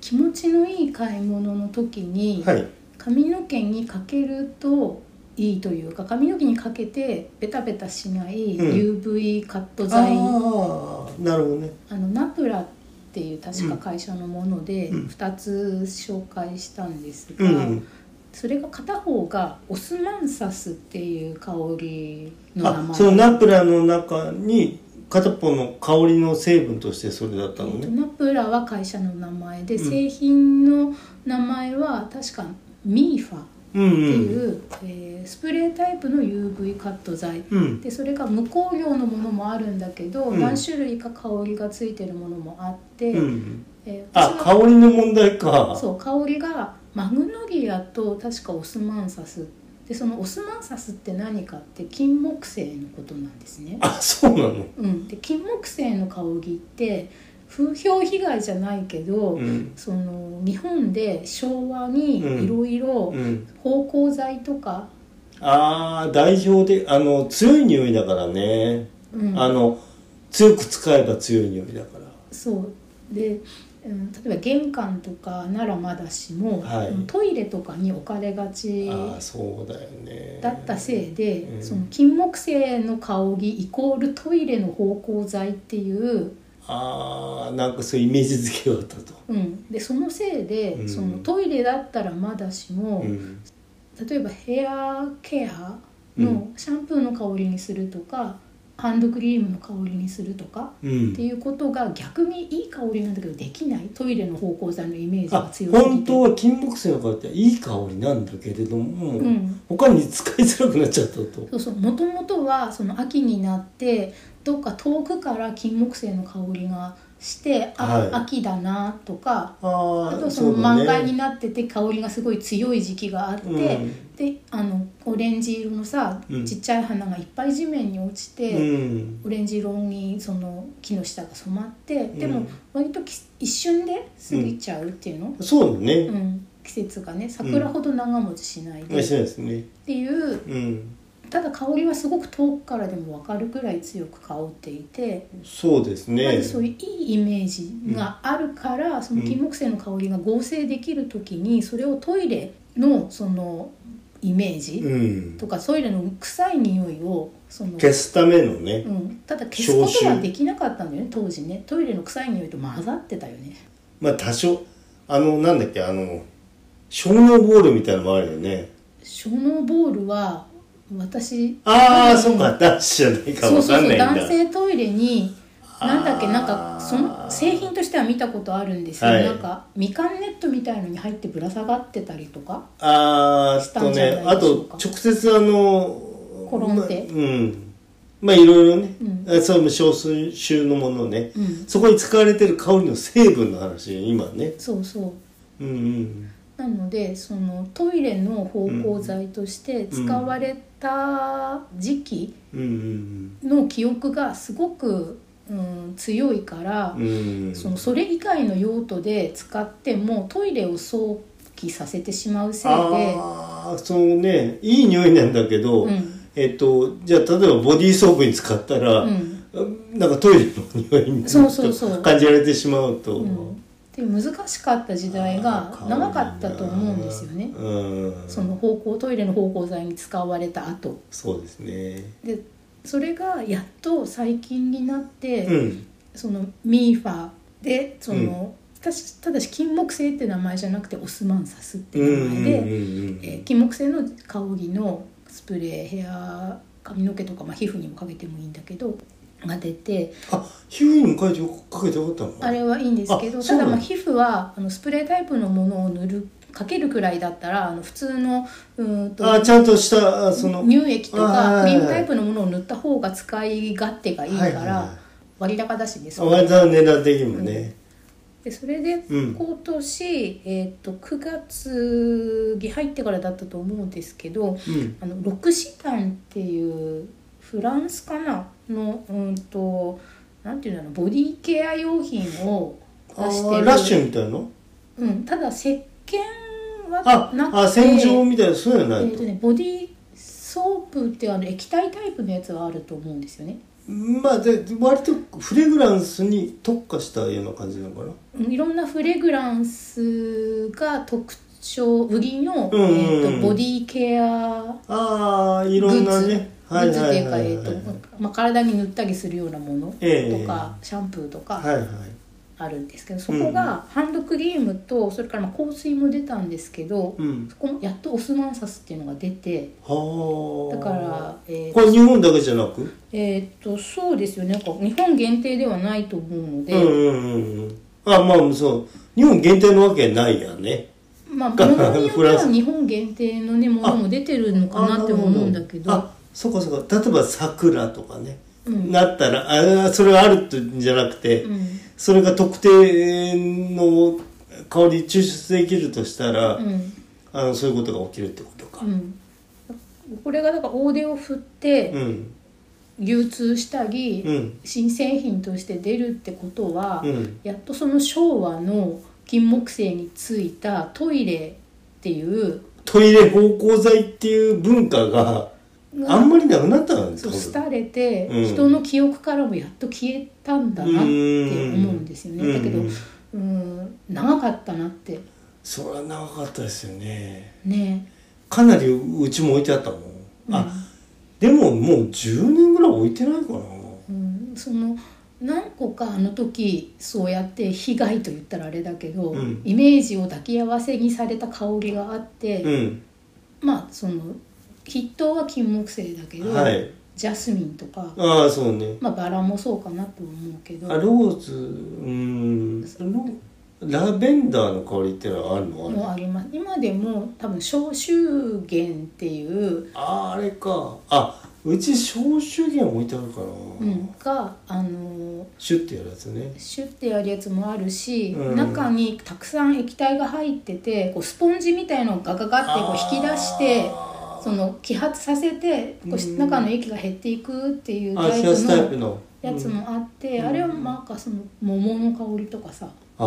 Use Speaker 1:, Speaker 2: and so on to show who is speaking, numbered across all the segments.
Speaker 1: 気持ちのいい買い物の時に、
Speaker 2: はい
Speaker 1: 髪の毛にかけるといいというか髪の毛にかけてベタベタしない
Speaker 2: うん
Speaker 1: UV カット
Speaker 2: あ
Speaker 1: 剤、
Speaker 2: あなるほどね
Speaker 1: あのナプラっていう確か会社のもので
Speaker 2: うん
Speaker 1: 2つ紹介したんです
Speaker 2: う
Speaker 1: が、
Speaker 2: んうん
Speaker 1: それが片方がオスマンサスっていう香りの名
Speaker 2: あ
Speaker 1: 前
Speaker 2: そのナプラの中に片っぽの香りの成分としてそれだったの
Speaker 1: えーと
Speaker 2: ね
Speaker 1: ナプラは会社の名前で、
Speaker 2: うん
Speaker 1: 製品の名前は確かミーファっ
Speaker 2: うん
Speaker 1: ていうう、えースプレータイプの UV カット剤
Speaker 2: んうん
Speaker 1: でそれが無香料のものもあるんだけど、
Speaker 2: うん
Speaker 1: 何種類か香りがついてるものもあって、
Speaker 2: うん
Speaker 1: えー
Speaker 2: あ
Speaker 1: 私
Speaker 2: 香
Speaker 1: は
Speaker 2: りの問題か
Speaker 1: そう香りがマグノリアと確かオスマンサスでそのオスマンサスって何かって金木犀のことなんですね。
Speaker 2: あそうなの
Speaker 1: うん、で金木犀の香りって風評被害じゃないけど、
Speaker 2: うん
Speaker 1: その日本で昭和に
Speaker 2: うん
Speaker 1: いろいろ
Speaker 2: うん
Speaker 1: 芳香剤とか、
Speaker 2: ああ代表であの強い匂いだからね、
Speaker 1: うん
Speaker 2: あの強く使えば強い匂いだから
Speaker 1: そうで、うん、例えば玄関とかならまだしも、
Speaker 2: はい
Speaker 1: うんトイレとかに置かれがち
Speaker 2: ああそうだよね
Speaker 1: だったせいで、
Speaker 2: うん
Speaker 1: その金木犀の香りイコールトイレの芳香剤っていう、
Speaker 2: ああなんかそういうイメージ付けがあったと、
Speaker 1: うん、でそのせいで、
Speaker 2: うん
Speaker 1: そのトイレだったらまだしも、
Speaker 2: うん
Speaker 1: 例えばヘアケアのシャンプーの香りにするとか、ハンドクリームの香りにするとか
Speaker 2: う
Speaker 1: って
Speaker 2: ん、
Speaker 1: いうことが逆にいい香りなんだけどできないトイレの芳香剤のイメージが
Speaker 2: あ
Speaker 1: 強すぎて
Speaker 2: 本当は金木犀の香りっていい香りなんだけれども、
Speaker 1: うん
Speaker 2: 他に使いづらくなっちゃったと
Speaker 1: そうそうもともとはその秋になってどっか遠くから金木犀の香りがしてあ、
Speaker 2: はい
Speaker 1: 秋だなとか
Speaker 2: あ
Speaker 1: あ
Speaker 2: ー
Speaker 1: とその
Speaker 2: うだね
Speaker 1: 満開になってて香りがすごい強い時期があって、
Speaker 2: うん
Speaker 1: であのオレンジ色のさ、
Speaker 2: うん
Speaker 1: ちっちゃい花がいっぱい地面に落ちて。
Speaker 2: うん
Speaker 1: オレンジ色にその木の下が染まってで
Speaker 2: う
Speaker 1: も
Speaker 2: ん
Speaker 1: 割とき一瞬で過ぎちゃうっていうの、
Speaker 2: そうだ
Speaker 1: う
Speaker 2: ね、
Speaker 1: ん季節がね桜ほど長持ちしないで
Speaker 2: 面
Speaker 1: っ
Speaker 2: 白いですね
Speaker 1: ていう
Speaker 2: うん
Speaker 1: ただ香りはすごく遠くからでも分かるくらい強く香っていて、
Speaker 2: そうです
Speaker 1: ま
Speaker 2: ね
Speaker 1: ずそういういいイメージがあるから、その金木犀の香りが合成できる時にそれをトイレのそのイメージ
Speaker 2: うん、
Speaker 1: とか、トイレの臭い匂いをその
Speaker 2: 消すためのね、
Speaker 1: うん、ただ消すことは
Speaker 2: 消臭
Speaker 1: できなかったんだよね当時ねトイレの臭い匂いと混ざってたよね
Speaker 2: まあ多少あのなんだっけあの小脳ボールみたいなのもあるよね
Speaker 1: ショノボールは私
Speaker 2: ああ、
Speaker 1: うん
Speaker 2: そうか男子じゃないか
Speaker 1: そう
Speaker 2: わ
Speaker 1: そう
Speaker 2: か
Speaker 1: そ
Speaker 2: んな
Speaker 1: う
Speaker 2: いんだ
Speaker 1: 男性トイレになんだっけ
Speaker 2: あー
Speaker 1: なんかその製品としては見たことあるんですよ、
Speaker 2: はい
Speaker 1: なんかみかんネットみたいのに入ってぶら下がってたりとか
Speaker 2: あーっと
Speaker 1: したんじ
Speaker 2: ね
Speaker 1: ゃない
Speaker 2: あ
Speaker 1: でしょう
Speaker 2: と
Speaker 1: か
Speaker 2: 直接あの
Speaker 1: コロンテ
Speaker 2: まうんまあいろいろね、
Speaker 1: うん
Speaker 2: あそれも少数種のものね、
Speaker 1: うん
Speaker 2: そこに使われてる香りの成分の話今ね
Speaker 1: そうそう
Speaker 2: うんうん
Speaker 1: なのでそのトイレの芳香剤として使われた時期、
Speaker 2: うんうん
Speaker 1: の記憶がすごく、うん、強いから、
Speaker 2: うんうん
Speaker 1: そのそれ以外の用途で使ってもトイレを想起させてしまうせいで、
Speaker 2: ああそのねいい匂いなんだけど、
Speaker 1: うん
Speaker 2: えっとじゃあ例えばボディーソープに使ったら、
Speaker 1: うん
Speaker 2: なんかトイレの匂いに
Speaker 1: そうそうそう
Speaker 2: 感じられてしまうと、
Speaker 1: うん、で難しかった時代が長かったと思うんですよね。
Speaker 2: うん
Speaker 1: その方向トイレの芳香剤に使われた後
Speaker 2: そうですね
Speaker 1: でそれがやっと最近になって、
Speaker 2: うん
Speaker 1: そのミーファでその、ただしただし金木犀って名前じゃなくてオスマンサスって
Speaker 2: うん
Speaker 1: 名前で、
Speaker 2: うんうん
Speaker 1: えー金木犀の香りのスプレーヘア髪の毛とか、まあ、皮膚にもかけてもいいんだけどが出て
Speaker 2: あ皮膚にもかけてかけてよかったの
Speaker 1: あれはいいんですけ
Speaker 2: あ
Speaker 1: ど
Speaker 2: そう
Speaker 1: ただ
Speaker 2: なの
Speaker 1: まあ皮膚はあのスプレータイプのものを塗るかけるくらいだったらあの普通のうーん
Speaker 2: あ
Speaker 1: と
Speaker 2: ちゃんとしたあその
Speaker 1: 乳液と
Speaker 2: あ
Speaker 1: か
Speaker 2: ー
Speaker 1: クリームタイプのものを塗った方が使い勝手がいいか
Speaker 2: はいはいはい
Speaker 1: ら割高だしです
Speaker 2: あわざわざ値段的にもね、
Speaker 1: でそれで
Speaker 2: うん
Speaker 1: 今年、えー、と9月に入ってからだったと思うんですけど
Speaker 2: うん
Speaker 1: あのロクシタンっていうフランスかなのうんとなんていうんだろうボディケア用品を
Speaker 2: あ
Speaker 1: 出してる
Speaker 2: ラッシュみたいなの
Speaker 1: うん、ただ石鹸は
Speaker 2: あ
Speaker 1: なくて
Speaker 2: あ洗浄みたいなそうじゃ
Speaker 1: え
Speaker 2: ない
Speaker 1: ー
Speaker 2: と、
Speaker 1: とね、ボディーソープっていうあの液体タイプのやつはあると思うんですよね
Speaker 2: まあで割とフレグランスに特化したような感じなのかな
Speaker 1: うんいろんなフレグランスが特徴ウギの、
Speaker 2: うんうんうん
Speaker 1: えーとボディケア
Speaker 2: ああいろんなね
Speaker 1: グッズっていうか
Speaker 2: はい
Speaker 1: え
Speaker 2: は
Speaker 1: ー
Speaker 2: い
Speaker 1: とまあ体に塗ったりするようなものとか、
Speaker 2: ええ
Speaker 1: シャンプーと
Speaker 2: は
Speaker 1: か
Speaker 2: いはい
Speaker 1: あるんですけど、そこがハンドクリームとそれからまあ香水も出たんですけど、
Speaker 2: うん
Speaker 1: そこもやっとオスマンサスっていうのが出て
Speaker 2: はあ
Speaker 1: だから、えー
Speaker 2: これ日本だけじゃなく
Speaker 1: えーっとそうですよねなんか日本限定ではないと思うので、
Speaker 2: うんうんうんうんあまあそう日本限定のわけないやね
Speaker 1: まあ物によって
Speaker 2: フラン
Speaker 1: は
Speaker 2: ス
Speaker 1: 日本限定のねものも出てるのかなって思うんだけど
Speaker 2: あなるほあそうかそうか例えば桜とかね、
Speaker 1: うん
Speaker 2: なったらあそれがあるんじゃなくて、
Speaker 1: うん
Speaker 2: それが特定の香り抽出できるとしたら、
Speaker 1: うん
Speaker 2: あのそういうことが起きるってことか
Speaker 1: う。んこれがだから大手を振って
Speaker 2: うん
Speaker 1: 流通したり、
Speaker 2: うん
Speaker 1: 新製品として出るってことは、
Speaker 2: うん
Speaker 1: やっとその昭和の金木犀についたトイレっていう
Speaker 2: トイレ芳香剤っていう文化があんまりなくなったんです
Speaker 1: そ
Speaker 2: か
Speaker 1: う廃れて、
Speaker 2: うん
Speaker 1: 人の記憶からもやっと消えたんだなって思うんですよねだけど
Speaker 2: うん
Speaker 1: うん長かったなって
Speaker 2: それは長かったですよね
Speaker 1: ね
Speaker 2: かなりうちも置いてあったもん、
Speaker 1: うん
Speaker 2: あでももう10年ぐらい置いてないかな
Speaker 1: うん、その何個かあの時そうやって被害と言ったらあれだけど、
Speaker 2: うん
Speaker 1: イメージを抱き合わせにされた香りがあって、
Speaker 2: うん
Speaker 1: まあその筆頭は金木犀だけど、
Speaker 2: はい
Speaker 1: ジャスミンとか、
Speaker 2: ああそうね
Speaker 1: まあ、バラもそうかなと思うけど
Speaker 2: あローズうんそのラベンダーの香りってのはあるのあれ
Speaker 1: もあります今でも多分消臭源っていう、
Speaker 2: あーあれかあうち消臭源置いてあるかな、
Speaker 1: うん、があの
Speaker 2: シュッてやるやつね
Speaker 1: シュッてやるやつもあるし、
Speaker 2: うん
Speaker 1: 中にたくさん液体が入っててこうスポンジみたいのをガガガってこう引き出して
Speaker 2: あ
Speaker 1: その揮発させてこうし
Speaker 2: うん
Speaker 1: 中の液が減っていくっていう
Speaker 2: ー
Speaker 1: タ
Speaker 2: あ
Speaker 1: イ
Speaker 2: 冷や
Speaker 1: プ
Speaker 2: すタイプ
Speaker 1: の
Speaker 2: の
Speaker 1: やつもあって、
Speaker 2: うん
Speaker 1: あれはなんかその桃の香りとかさ、
Speaker 2: あ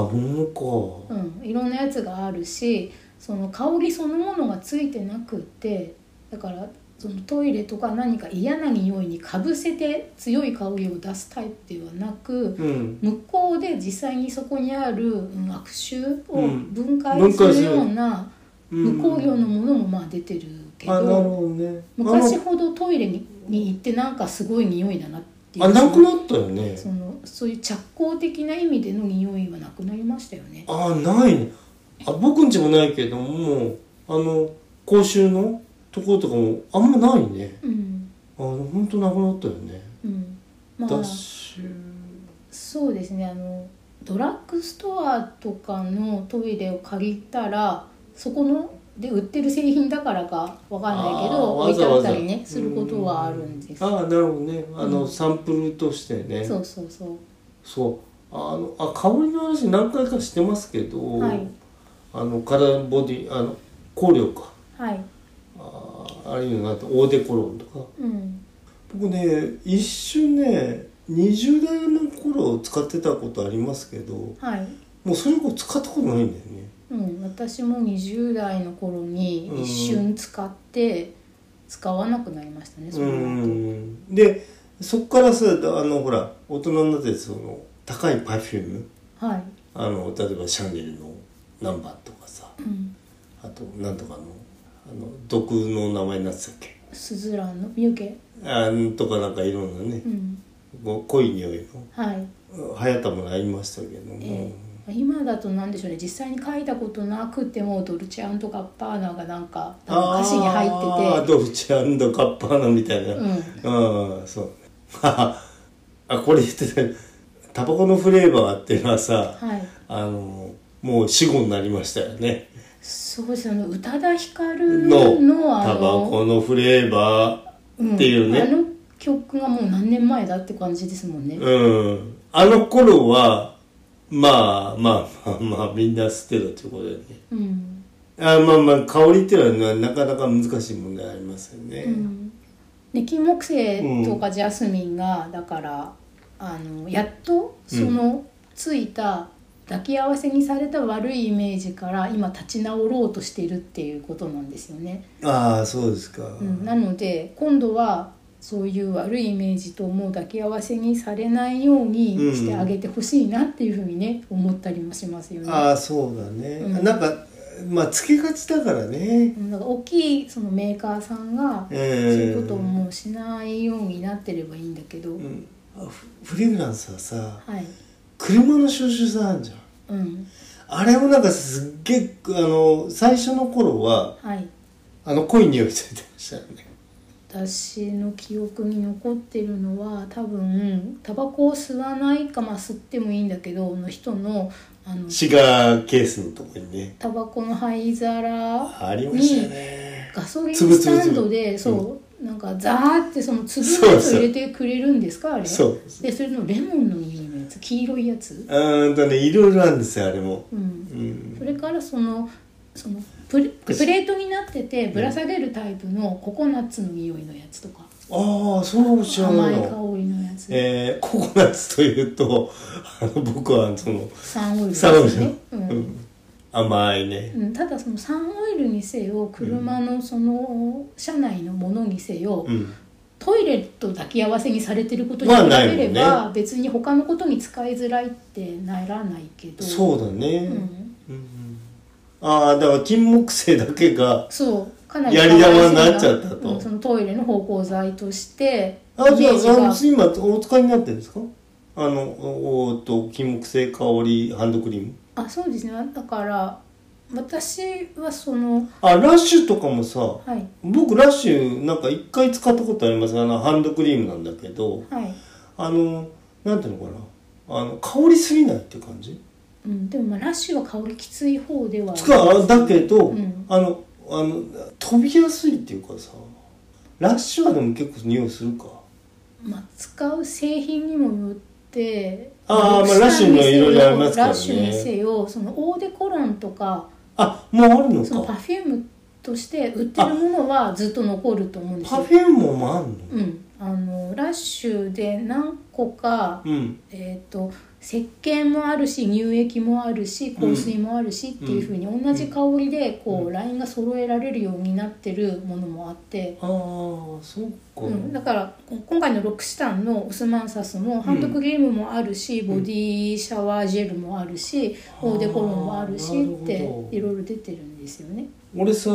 Speaker 2: 桃か
Speaker 1: うん、いろんなやつがあるしその香りそのものがついてなくってだからそのトイレとか何か嫌な匂いにかぶせて強い香りを出すタイプではなく、
Speaker 2: うん
Speaker 1: 向こうで実際にそこにあるうん悪臭を
Speaker 2: うん
Speaker 1: 分解
Speaker 2: 分解
Speaker 1: す
Speaker 2: す
Speaker 1: る
Speaker 2: る
Speaker 1: ような無香料のものもまあ出てるけ
Speaker 2: あなる
Speaker 1: ど、
Speaker 2: ほどね
Speaker 1: 昔ほどトイレにに行ってなんかすごい匂いだなっていう
Speaker 2: あのあなくなったよね
Speaker 1: そのそういう着工的な意味での匂いはなくなりましたよね。
Speaker 2: あないねあ僕んちもないけどもあの公衆のところとかもあんまないね
Speaker 1: うん
Speaker 2: あのほんとなくなったよね
Speaker 1: うん、まあ
Speaker 2: ダッシュ
Speaker 1: そうですねあのドラッグストアとかのトイレを借りたらそこので売ってる製品だからかわかんないけど
Speaker 2: あ
Speaker 1: 置
Speaker 2: ー
Speaker 1: いてあったり
Speaker 2: わざ
Speaker 1: ね
Speaker 2: わざ
Speaker 1: することはあるんです
Speaker 2: ああなるほどねあの、
Speaker 1: うん
Speaker 2: サンプルとしてね
Speaker 1: そうそうそう
Speaker 2: そうあのあ香りの話何回かしてますけど、
Speaker 1: はい
Speaker 2: あの体のボディあの香料か
Speaker 1: はい
Speaker 2: あーあれいうのがあとオーデコロンとか
Speaker 1: うん
Speaker 2: 僕ね一瞬ね20代の頃使ってたことありますけど
Speaker 1: はい
Speaker 2: もうそれ以降使ったことないんだよね
Speaker 1: うん、私も20代の頃に
Speaker 2: うん
Speaker 1: 一瞬使って使わなくなりましたねの
Speaker 2: う
Speaker 1: 後
Speaker 2: んでそっからさあのほら大人になってその高いパフューム
Speaker 1: はい、
Speaker 2: あの例えばシャネルのナンバーとかさ
Speaker 1: うん、
Speaker 2: あとなんとかのあの毒の名前になってたっけ
Speaker 1: スズランのミュケ
Speaker 2: あんとかなんかいろんなね
Speaker 1: うん
Speaker 2: こう濃い匂い
Speaker 1: はい
Speaker 2: の流行ったものありましたけども、
Speaker 1: ええ今だとなんでしょうね実際に書いたことなくてもドルチェガッパーナがなんか多分歌詞に入
Speaker 2: あー
Speaker 1: ってて
Speaker 2: ドルチェガッパーナみたいな、
Speaker 1: うん
Speaker 2: ああそう あこれ言ってたタバコのフレーバーっていうのはさ
Speaker 1: はい
Speaker 2: あのもう死後になりましたよね
Speaker 1: そうですね宇多田ヒカル
Speaker 2: の
Speaker 1: のあ
Speaker 2: タバ
Speaker 1: の
Speaker 2: コのフレーバ
Speaker 1: うん
Speaker 2: っていうね
Speaker 1: あの曲がもう何年前だって感じですもんね
Speaker 2: ーうんあの頃はまあまあまあまあみんな捨てたということだよね
Speaker 1: うん、
Speaker 2: あまあまあ香りっていうのはななかなか難しい問題ありますよね、
Speaker 1: うん、で金木犀とかジャスミンが、だからあのやっとそのついた抱き合わせにされた悪いイメージから今立ち直ろうとしているっていうことなんですよね。
Speaker 2: ああそうですか、
Speaker 1: うん、なので今度はそういう悪いイメージともう抱き合わせにされないようにしてあげてほしいなっていうふうにね思ったりもしますよね。
Speaker 2: ああそうだね、
Speaker 1: うん
Speaker 2: なんかまあつけがちだからね
Speaker 1: なんか大きいそのメーカーさんが
Speaker 2: う
Speaker 1: そういうことを
Speaker 2: ん
Speaker 1: もうしないようになってればいいんだけど、
Speaker 2: うんあフフリグランスはさ
Speaker 1: はい、
Speaker 2: 車の収集さんあんじゃん
Speaker 1: うん、
Speaker 2: あれもなんかすっげえあの最初の頃は
Speaker 1: はい。
Speaker 2: あの濃い匂いついてましたよね
Speaker 1: 私の記憶に残ってるのは多分タバコを吸わないかまあ吸ってもいいんだけどの人のあの
Speaker 2: シガーケースのとこにね
Speaker 1: タバコの灰皿
Speaker 2: ありましたよね
Speaker 1: ガソリン
Speaker 2: つぶつぶつぶ
Speaker 1: スタンドでそう、なんかザーってその粒のやつを入れてくれるんですかあれ
Speaker 2: そう
Speaker 1: でそれのレモンの実のやつ黄色いやつ
Speaker 2: うーんとねいろいろあるんですよあれも
Speaker 1: うん
Speaker 2: うん
Speaker 1: それからそのそのプレプレートになっててぶら下げるタイプのココナッツの匂いのやつとか
Speaker 2: ああそう知ら
Speaker 1: 甘
Speaker 2: ないい
Speaker 1: 香
Speaker 2: の
Speaker 1: りのやつ、
Speaker 2: えー、ココナッツというとあの僕はその
Speaker 1: サンオイルです
Speaker 2: サロンじゃん、
Speaker 1: う
Speaker 2: うんん甘いね
Speaker 1: うんただそのサンオイルにせよ車のその車内のものにせよ、
Speaker 2: うん
Speaker 1: トイレと抱き合わせにされてることに
Speaker 2: まあ
Speaker 1: 比
Speaker 2: ないも
Speaker 1: べ
Speaker 2: ん
Speaker 1: れ
Speaker 2: ね
Speaker 1: ば別に他のことに使いづらいってならないけど
Speaker 2: そうだね、
Speaker 1: うん
Speaker 2: うんうんああだから金木犀だけが
Speaker 1: そうかなり
Speaker 2: やり玉になっちゃったと
Speaker 1: うんそのトイレの芳香剤として
Speaker 2: あ
Speaker 1: イ
Speaker 2: じ
Speaker 1: メ
Speaker 2: ゃ
Speaker 1: ージが
Speaker 2: ああの今お使いになってるんですかあのおおっと金木犀香りハンドクリーム
Speaker 1: あそうですねだから私はその
Speaker 2: あラッシュとかもさ
Speaker 1: はい
Speaker 2: 僕ラッシュなんか一回使ったことありますあのハンドクリームなんだけど
Speaker 1: はい、
Speaker 2: あのなんていうのかなあの香りすぎないって感じ
Speaker 1: うん、でもまあラッシュは香りきつい方では
Speaker 2: つかあだけど、
Speaker 1: うん
Speaker 2: あのあの飛びやすいっていうかさラッシュはでも結構匂いするか
Speaker 1: まあ、使う製品にもよって
Speaker 2: あーまあラッシュの色々ありますからね
Speaker 1: ラッシュにせよそのオーデコロンとか
Speaker 2: あもうあるの
Speaker 1: そのパ
Speaker 2: か
Speaker 1: フュームとして売ってるものはずっと残ると思うんです
Speaker 2: パ
Speaker 1: よ。
Speaker 2: フェもあんの
Speaker 1: うん、あのラッシュで何個か、
Speaker 2: うん
Speaker 1: えー、と石鹸もあるし乳液もあるし香水もあるしっていうふうに同じ香りでこう、ラインが揃えられるようになってるものもあって、
Speaker 2: ああそうか、
Speaker 1: うん、だからこ今回のロックシタンのオスマンサスもハンドクリームもあるし、ボディシャワージェルもあるし、
Speaker 2: うん
Speaker 1: オーデコロンもあるし
Speaker 2: あー
Speaker 1: って
Speaker 2: なるほど
Speaker 1: いろいろ出てるんですよね。
Speaker 2: 俺さあ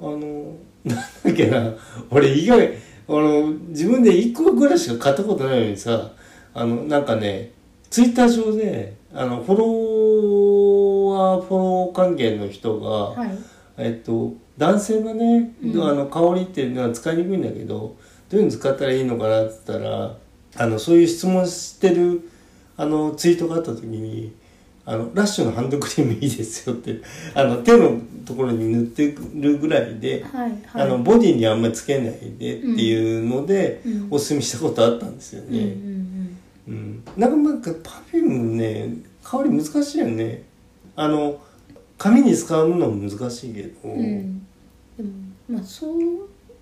Speaker 2: のなんだっけな俺以外あの自分で1個ぐらいしか買ったことないのにさあのなんかねツイッター上であのフォロワーフォロー関係の人が、
Speaker 1: はい、
Speaker 2: えっと男性がね、
Speaker 1: うん
Speaker 2: あの香りっていうのは使いにくいんだけどどういうの使ったらいいのかなって言ったらあのそういう質問してるあのツイートがあった時に「あのラッシュのハンドクリームいいですよ」って あの手のところに塗ってるぐらいで、
Speaker 1: はい、はい。
Speaker 2: あのボディにあんまりつけないでっていうので、
Speaker 1: うん
Speaker 2: おすすめしたことあったんですよ
Speaker 1: うんうん
Speaker 2: ね。
Speaker 1: うん
Speaker 2: うんなんかなんかパフュームね香り難しいよねあの髪に使うのも難しいけど、
Speaker 1: うん、でもまあそ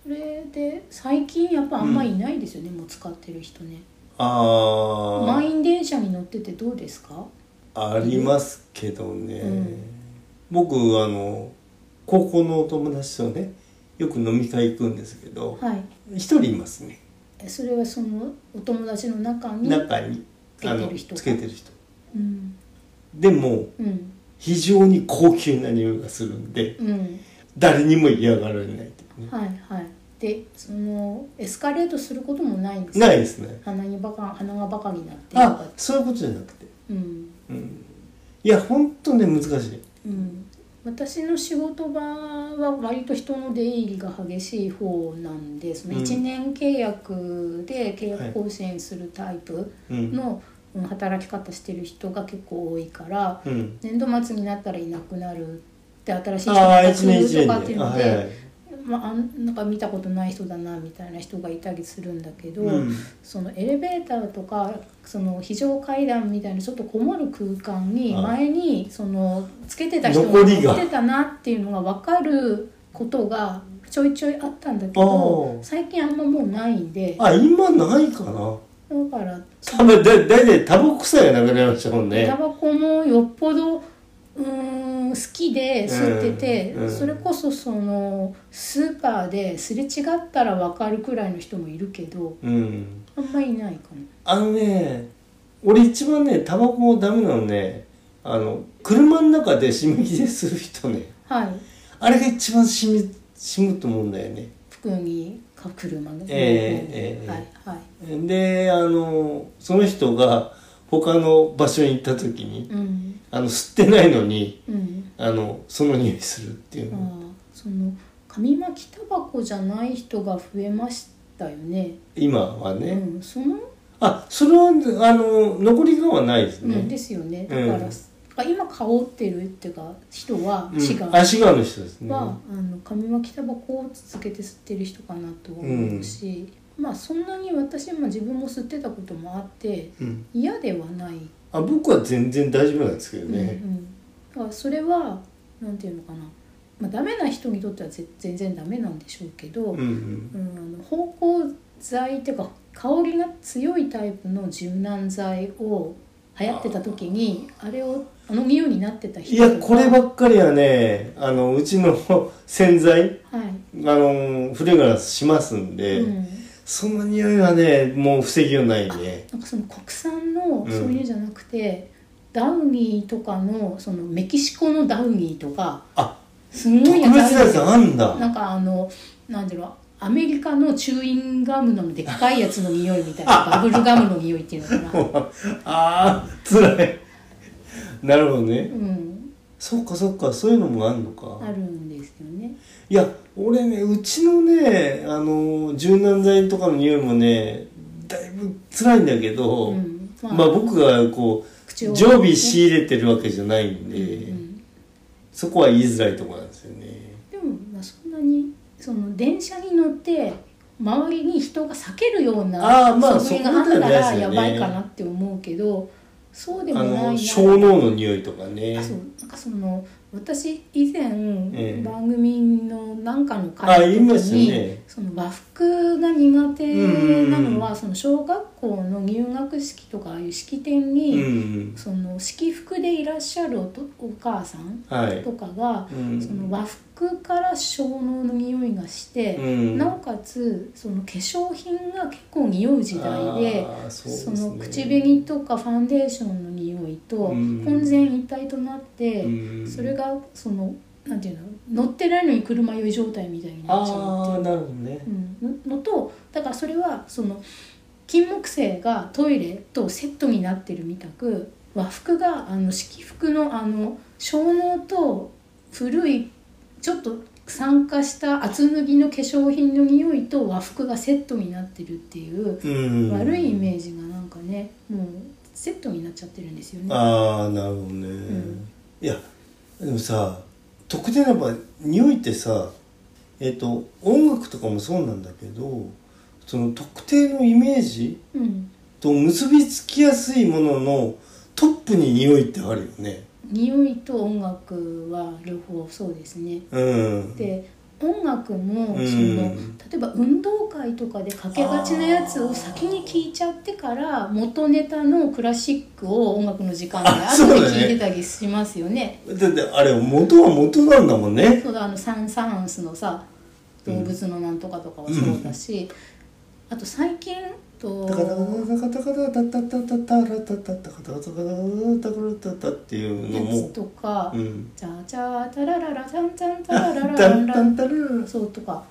Speaker 1: れで最近やっぱあんまいないですよね、もう使ってる人ね。
Speaker 2: あ
Speaker 1: 満員電車に乗っててどうですか
Speaker 2: あありますけどね、
Speaker 1: うん
Speaker 2: 僕あの高校のお友達とねよく飲み会行くんですけど
Speaker 1: はい
Speaker 2: 一人いますね
Speaker 1: えそれはそのお友達の中に、
Speaker 2: 中に
Speaker 1: つけてる人
Speaker 2: つけてる人
Speaker 1: うん
Speaker 2: でも
Speaker 1: うん
Speaker 2: 非常に高級な匂いがするんで
Speaker 1: うん、
Speaker 2: 誰にも嫌がられないっていうね
Speaker 1: はいはい。で、そのエスカレートすることもないんですか。
Speaker 2: ないですね
Speaker 1: 鼻にバカ鼻がバカになってとか
Speaker 2: あ。そういうことじゃなくて
Speaker 1: うん
Speaker 2: うんいやほんとね難しい
Speaker 1: うん。私の仕事場は割と人の出入りが激しい方なんで、その
Speaker 2: うん
Speaker 1: 一年契約で契約更新するタイプ
Speaker 2: うん
Speaker 1: のうん働き方してる人が結構多いから、
Speaker 2: うん
Speaker 1: 年度末になったらいなくなる。で新しい人
Speaker 2: ああ
Speaker 1: が
Speaker 2: 一年一
Speaker 1: 来るとかっ
Speaker 2: 年
Speaker 1: てい
Speaker 2: で
Speaker 1: う
Speaker 2: あ
Speaker 1: の
Speaker 2: はいはい
Speaker 1: で、まああん、なんか見たことない人だなみたいな人がいたりするんだけど、
Speaker 2: うん
Speaker 1: そのエレベーターとかその非常階段みたいなちょっとこもる空間に
Speaker 2: はい
Speaker 1: 前にそのつけてた人が
Speaker 2: 残りが
Speaker 1: 乗ってたなっていうのが分かることがちょいちょいあったんだけ
Speaker 2: お
Speaker 1: ど
Speaker 2: ー
Speaker 1: 最近あんまもうないんでだ
Speaker 2: あ今ないかな
Speaker 1: から
Speaker 2: 多分だだいたいタバコ臭いがなくなりましたもんね
Speaker 1: タバコもよっぽどうーん好きで吸ってて、
Speaker 2: うんうん
Speaker 1: それこそそのスーパーですれ違ったら分かるくらいの人もいるけど
Speaker 2: うん
Speaker 1: あんまりいないかも
Speaker 2: あのね俺一番ねタバコダメなのねあの車の中で締め切りする人ね
Speaker 1: はい
Speaker 2: あれが一番しみしむと思うんだよね
Speaker 1: 服にか車の、
Speaker 2: ええええ
Speaker 1: はいはい
Speaker 2: であのその人が他の場所に行った時に
Speaker 1: うん
Speaker 2: あの吸ってないのに
Speaker 1: うん
Speaker 2: あのその匂いするっていう
Speaker 1: あ
Speaker 2: の、
Speaker 1: ーその紙巻きタバコじゃない人が増えましたよね
Speaker 2: 今はね、
Speaker 1: うん、その、
Speaker 2: あそれはあの残りがはないです
Speaker 1: うん、
Speaker 2: ね、
Speaker 1: ですよねだ
Speaker 2: う
Speaker 1: か
Speaker 2: ん
Speaker 1: ら、あ今香ってるっていうか人は
Speaker 2: うん
Speaker 1: 違う、
Speaker 2: あシガーの人ですね
Speaker 1: は、あの紙巻きタバコを続けて吸ってる人かなとは思うし、まあそんなに私も自分も吸ってたこともあって
Speaker 2: うん、
Speaker 1: 嫌ではない、
Speaker 2: あ僕は全然大丈夫なんですけど
Speaker 1: うんう
Speaker 2: ね、
Speaker 1: ん、だからそれはなんていうのかな、まあ、ダメな人にとってはぜ全然ダメなんでしょうけど、
Speaker 2: うんう
Speaker 1: うん
Speaker 2: ん
Speaker 1: あの芳香剤っていうか香りが強いタイプの柔軟剤を流行ってた時にあれをあの匂いになってた人
Speaker 2: いやこれば
Speaker 1: は
Speaker 2: っかりはねあのうちの洗剤
Speaker 1: い、
Speaker 2: あのフレグランスしますんで、
Speaker 1: うん
Speaker 2: そんな匂いはねもう防ぎようないね
Speaker 1: なんかその国産の
Speaker 2: うん
Speaker 1: そういうじゃなくて、ダウニーとかのそのメキシコのダウニーとか
Speaker 2: あ
Speaker 1: すご
Speaker 2: 特
Speaker 1: い
Speaker 2: 別なやつ
Speaker 1: よ
Speaker 2: あんだ
Speaker 1: なんかあのなんていうのアメリカのチューインガムのでっかいやつの匂いみたいなバブルガムの匂いっていうのか な、
Speaker 2: あーつらいなるほど
Speaker 1: う
Speaker 2: ね
Speaker 1: ん、
Speaker 2: そっかそっかそういうのもあんのか
Speaker 1: あるんですよね
Speaker 2: いや俺ねうちのねあの柔軟剤とかの匂いもねだいぶ辛いんだけど、
Speaker 1: うんま
Speaker 2: ま
Speaker 1: あ
Speaker 2: あ、僕がこ
Speaker 1: 口
Speaker 2: う
Speaker 1: を
Speaker 2: 常備し入れてるわけじゃないん
Speaker 1: うん
Speaker 2: で、
Speaker 1: うん
Speaker 2: そこは言いづらいところなんですよね
Speaker 1: でもまあそんなにその電車に乗って周りに人が避けるよう
Speaker 2: あ
Speaker 1: な
Speaker 2: ーまあ
Speaker 1: 素振りがあった
Speaker 2: そこまでは
Speaker 1: ら
Speaker 2: ないです
Speaker 1: や
Speaker 2: よね
Speaker 1: ばいかなって思うけどそうでも
Speaker 2: あ
Speaker 1: ないな
Speaker 2: の小脳の匂いとかね
Speaker 1: あそうなんかその私以前
Speaker 2: ええ
Speaker 1: 番組の何かの
Speaker 2: あ
Speaker 1: 会
Speaker 2: 言い
Speaker 1: の
Speaker 2: ま
Speaker 1: 時
Speaker 2: す
Speaker 1: に、
Speaker 2: ね
Speaker 1: その和服が苦手なの
Speaker 2: うんうんう
Speaker 1: はその小学校の入学式とかああいう式典
Speaker 2: う
Speaker 1: に、
Speaker 2: ん
Speaker 1: その式服でいらっしゃるおとお母さん
Speaker 2: はい
Speaker 1: とかが
Speaker 2: う
Speaker 1: その
Speaker 2: ん
Speaker 1: 和服から小脳の匂いがして、
Speaker 2: うん
Speaker 1: なおかつその化粧品が結構匂う時代で
Speaker 2: あー
Speaker 1: そ
Speaker 2: そうです
Speaker 1: の
Speaker 2: ね
Speaker 1: 口紅とかファンデーションの匂いと
Speaker 2: うん
Speaker 1: 混然一体となって、
Speaker 2: うん
Speaker 1: それがそのなんていうの乗ってないのに車酔い状態みたいになっちゃう
Speaker 2: あ
Speaker 1: って
Speaker 2: あ
Speaker 1: いう
Speaker 2: なるほどね
Speaker 1: うん、のとだからそれはその金木犀がトイレとセットになってるみたく和服があの式服のあの小脳と古いちょっと酸化した厚脱ぎの化粧品の匂いと和服がセットになってるっていう
Speaker 2: うん
Speaker 1: 悪いイメージがなんかねもうセットになっちゃってるんですよね。
Speaker 2: ああなるほどね、
Speaker 1: ん
Speaker 2: いやでもさ特定のやっぱ匂いってさえっ、と音楽とかもそうなんだけどその特定のイメージ
Speaker 1: うん、
Speaker 2: と結びつきやすいもののトップに匂いってあるよね
Speaker 1: 匂いと音楽は両方そうですね。
Speaker 2: うん
Speaker 1: で音楽もその、
Speaker 2: うん
Speaker 1: 例えば運動会とかでかけがちなやつを先に聞いちゃってから元ネタのクラシックを音楽の時間で
Speaker 2: あそう
Speaker 1: 後
Speaker 2: だね
Speaker 1: で聞いてたりしますよね。
Speaker 2: だってあれ元は元なんだもんね
Speaker 1: そうだあのサン・サーンスのさ動物のなんとかとかはそうだし、あと最近と
Speaker 2: タカタカタカタカタタタタタラタタタカタカタカタタタカタタっていうの
Speaker 1: やつ
Speaker 2: も
Speaker 1: とか
Speaker 2: う、ん
Speaker 1: じゃじゃタラララタンタンタラララ
Speaker 2: タ
Speaker 1: ラン
Speaker 2: ン
Speaker 1: ラ
Speaker 2: タン
Speaker 1: ン
Speaker 2: タル
Speaker 1: そうとか、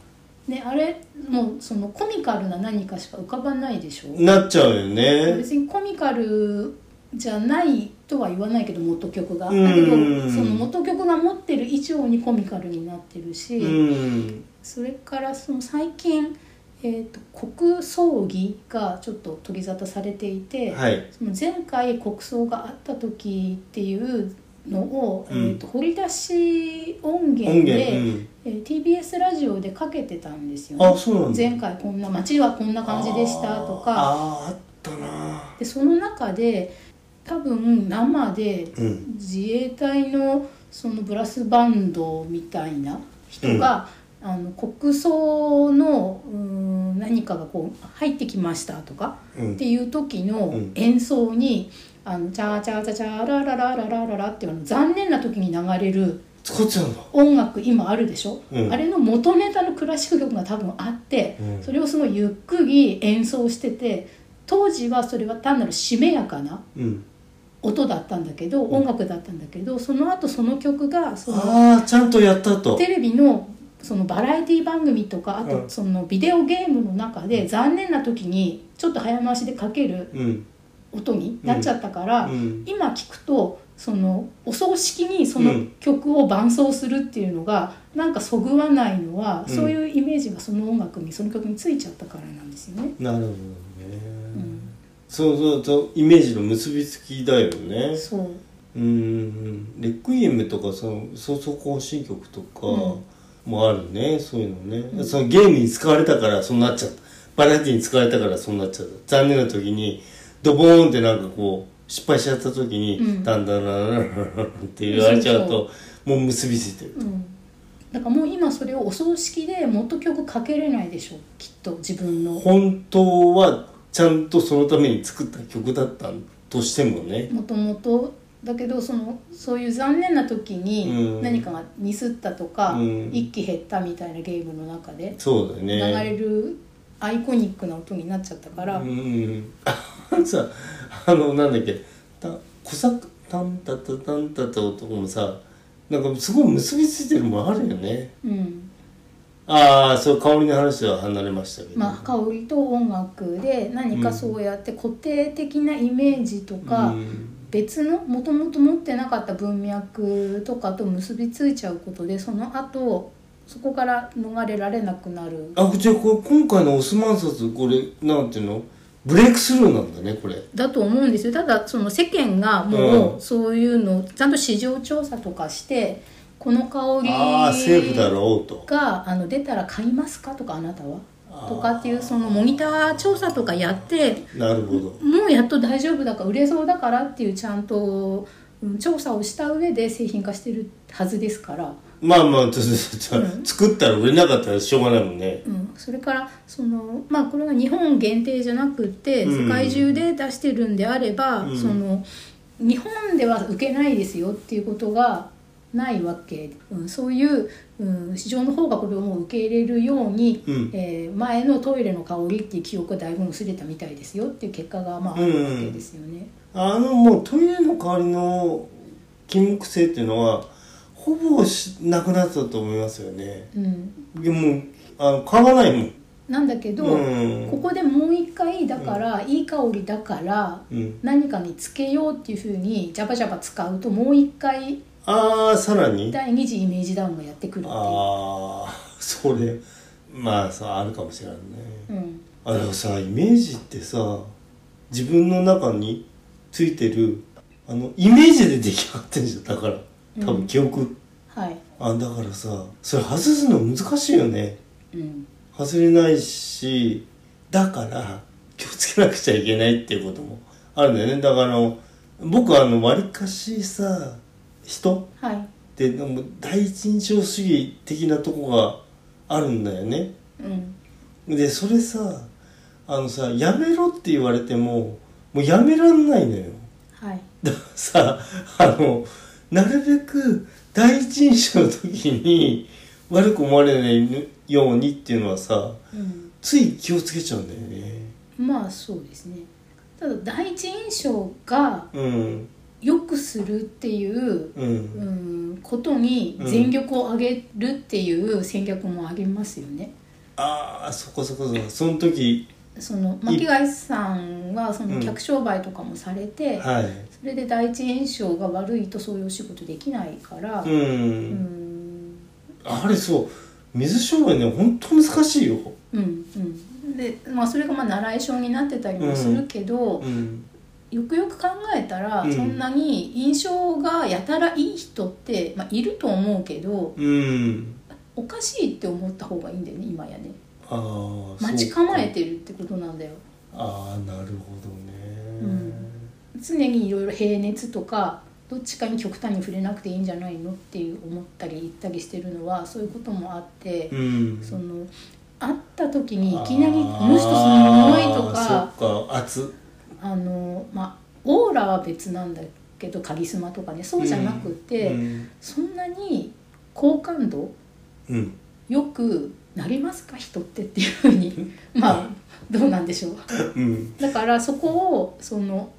Speaker 1: ね、あれもうそのコミカルな何かしか浮かばないでしょ。
Speaker 2: なっちゃうよね
Speaker 1: 別にコミカルじゃないとは言わないけど元曲がだ
Speaker 2: うん
Speaker 1: けどその元曲が持ってる以上にコミカルになってるし、
Speaker 2: うん
Speaker 1: それからその最近、えー、と国葬儀がちょっと取り沙汰されていて、
Speaker 2: はい
Speaker 1: その前回国葬があった時っていうのを、
Speaker 2: うん
Speaker 1: えー、と掘り出し音
Speaker 2: 音
Speaker 1: 源で
Speaker 2: 源、うん、
Speaker 1: えー TBS ラジオでかけてたんですよ
Speaker 2: あ
Speaker 1: ね。
Speaker 2: そうなんだ
Speaker 1: 前回こんな街はこんな感じでしたとか
Speaker 2: あーあーあったな
Speaker 1: でその中で多分生で
Speaker 2: うん
Speaker 1: 自衛隊のそのブラスバンドみたいな人が、あの国葬のうーん何かがこう入ってきましたとか
Speaker 2: うん
Speaker 1: っていう時の
Speaker 2: うん
Speaker 1: 演奏に、あのチャーチャーチャチャーラララララララっていうあの残念な時に流れる
Speaker 2: 使っちゃうんだ
Speaker 1: 音楽今あるでしょ、
Speaker 2: うん
Speaker 1: あれの元ネタのクラシック曲が多分あって、
Speaker 2: うん
Speaker 1: それをすごいゆっくり演奏してて当時はそれは単なるしめやかな
Speaker 2: うん
Speaker 1: 音だったんだけど音楽だったんだけどその後その曲がその
Speaker 2: ああちゃんとやったと
Speaker 1: テレビのそのバラエティ番組とかあ
Speaker 2: う
Speaker 1: と
Speaker 2: ん
Speaker 1: そのビデオゲームの中で残念な時にちょっと早回しでかける
Speaker 2: うん
Speaker 1: 音になっちゃったか
Speaker 2: う
Speaker 1: ら、
Speaker 2: ん
Speaker 1: 今聞くとそのお葬式にその
Speaker 2: うん
Speaker 1: 曲を伴奏するっていうのがなんかそぐわないのは、
Speaker 2: うん
Speaker 1: そういうイメージがその音楽にその曲についちゃったからなんですよね。
Speaker 2: なるほどね、
Speaker 1: ん
Speaker 2: そうそうそうイメージの結びつきだよね
Speaker 1: そう
Speaker 2: うんうんレクイエムとかその創作行進曲とかもあるね、そういうのね、そのゲームに使われたからそうなっちゃったバラエティに使われたからそうなっちゃった残念な時にドボーンってなんかこう失敗しちゃった時に、
Speaker 1: うん
Speaker 2: だんだんだんだんって言われちゃうともう結びついてる
Speaker 1: うんだからもう今それをお葬式で元曲かけれないでしょうきっと自分の
Speaker 2: 本当はちゃんとそのために作った曲だったとしてもね
Speaker 1: もともとだけどそのそういう残念な時
Speaker 2: う
Speaker 1: に
Speaker 2: ん
Speaker 1: 何かがミスったとか、
Speaker 2: うん
Speaker 1: 一気減ったみたいなゲームの中で
Speaker 2: そうだよ
Speaker 1: 流
Speaker 2: ね
Speaker 1: れるアイコニックな音になっちゃったから、
Speaker 2: うんうんうん、 さあのなんだっけた小作タンタタタンタタとかもさなんかすごい結びついてるもんあるよね
Speaker 1: うん
Speaker 2: ああそう香りの話は離れましたけど、
Speaker 1: まあ、香りと音楽で何かそうやって固定的なイメージとか、
Speaker 2: うん
Speaker 1: 別のもともと持ってなかった文脈とかと結びついちゃうことでその後そこから逃れられなくなる
Speaker 2: あじゃあこれ今回のオスマン札これなんていうのブレイクスルーなんだねこれ
Speaker 1: だと思うんですよただその世間がも
Speaker 2: うん
Speaker 1: うそういうのをちゃんと市場調査とかしてこの香り
Speaker 2: ああセーフだろうと
Speaker 1: があの出たら買いますかとかあなたは
Speaker 2: あー
Speaker 1: とかっていうそのモニター調査とかやって
Speaker 2: なるほど
Speaker 1: もうやっと大丈夫だから売れそうだからっていうちゃんとうん調査をした上で製品化してるはずですから、
Speaker 2: まあまあちょっとちょっと
Speaker 1: うん
Speaker 2: 作ったら売れなかったらしょうがないもんね
Speaker 1: うん、それからその、まあ、これが日本限定じゃなくて
Speaker 2: うん
Speaker 1: 世界中で出してるんであれば、
Speaker 2: うん
Speaker 1: その日本では受けないですよっていうことがないわけ、うん、そういう、うん、市場の方がこれをもう受け入れるように、
Speaker 2: うん
Speaker 1: えー前のトイレの香りっていう記憶がだいぶ薄れたみたいですよっていう結果がまああるわけですよね。
Speaker 2: あのもうトイレの代わりの金木犀っていうのはほぼしなくなったと思いますよね
Speaker 1: うん
Speaker 2: でもあの買わないもん
Speaker 1: なんだけど、
Speaker 2: うん
Speaker 1: ここでもう一回だから、いい香りだから、
Speaker 2: うん
Speaker 1: 何かにつけようっていうふうにジャバジャバ使うともう一回
Speaker 2: ああさらに
Speaker 1: 第二次イメージダウンがやってくるってい
Speaker 2: ああそれまあさあるかもしれないね、
Speaker 1: う、うん
Speaker 2: あのさイメージってさ自分の中についてるあのイメージで出来上がってるじゃんだから多分記憶、
Speaker 1: はい
Speaker 2: あだからさそれ外すの難しいよね
Speaker 1: うん、
Speaker 2: 外れないしだから気をつけなくちゃいけないっていうこともあるんだよねだからあの僕はあのわりかしさ人
Speaker 1: はい、
Speaker 2: ってでも第一印象主義的なとこがあるんだよね
Speaker 1: うん、
Speaker 2: でそれさあのさやめろって言われてももうやめらんないのよ
Speaker 1: はい
Speaker 2: だからさあのなるべく第一印象の時に悪く思われないようにっていうのはさ
Speaker 1: うん、
Speaker 2: つい気をつけちゃうんだよね
Speaker 1: まあそうですねただ第一印象が
Speaker 2: うん
Speaker 1: 良くするっていう、
Speaker 2: う
Speaker 1: うんん、ことに全力を挙げるっていう戦略もありますよね、
Speaker 2: ああそこそこそこその時
Speaker 1: その巻貝さんはそうの
Speaker 2: ん
Speaker 1: 客商売とかもされて、
Speaker 2: はい
Speaker 1: それで第一印象が悪いとそういうお仕事できないから、
Speaker 2: うん、
Speaker 1: うん
Speaker 2: あれそう水商売ね本当難しいよ
Speaker 1: うんうんで、まあ、それがまあ習い性になってたりもするけど、
Speaker 2: うん
Speaker 1: よくよく考えたら、
Speaker 2: うん
Speaker 1: そんなに印象がやたらいい人って、まあ、いると思うけど
Speaker 2: うん
Speaker 1: おかしいって思った方がいいんだよね今やね
Speaker 2: ああ
Speaker 1: 待ち構えてるってことなんだよ
Speaker 2: ああなるほどね、
Speaker 1: うん常にいろいろ平熱とかどっちかに極端に触れなくていいんじゃないのっていう思ったり言ったりしてるのはそういうこともあって、
Speaker 2: うん
Speaker 1: その会った時にいきなり「この人すごい」と
Speaker 2: あ
Speaker 1: か
Speaker 2: ーそっか熱
Speaker 1: あの、まオーラは別なんだけどカリスマとかねそうじゃなくて、
Speaker 2: うん
Speaker 1: そんなに好感度
Speaker 2: うん
Speaker 1: よくなりますか人ってっていうふうに まあどうなんでしょう
Speaker 2: うん
Speaker 1: だからそこをその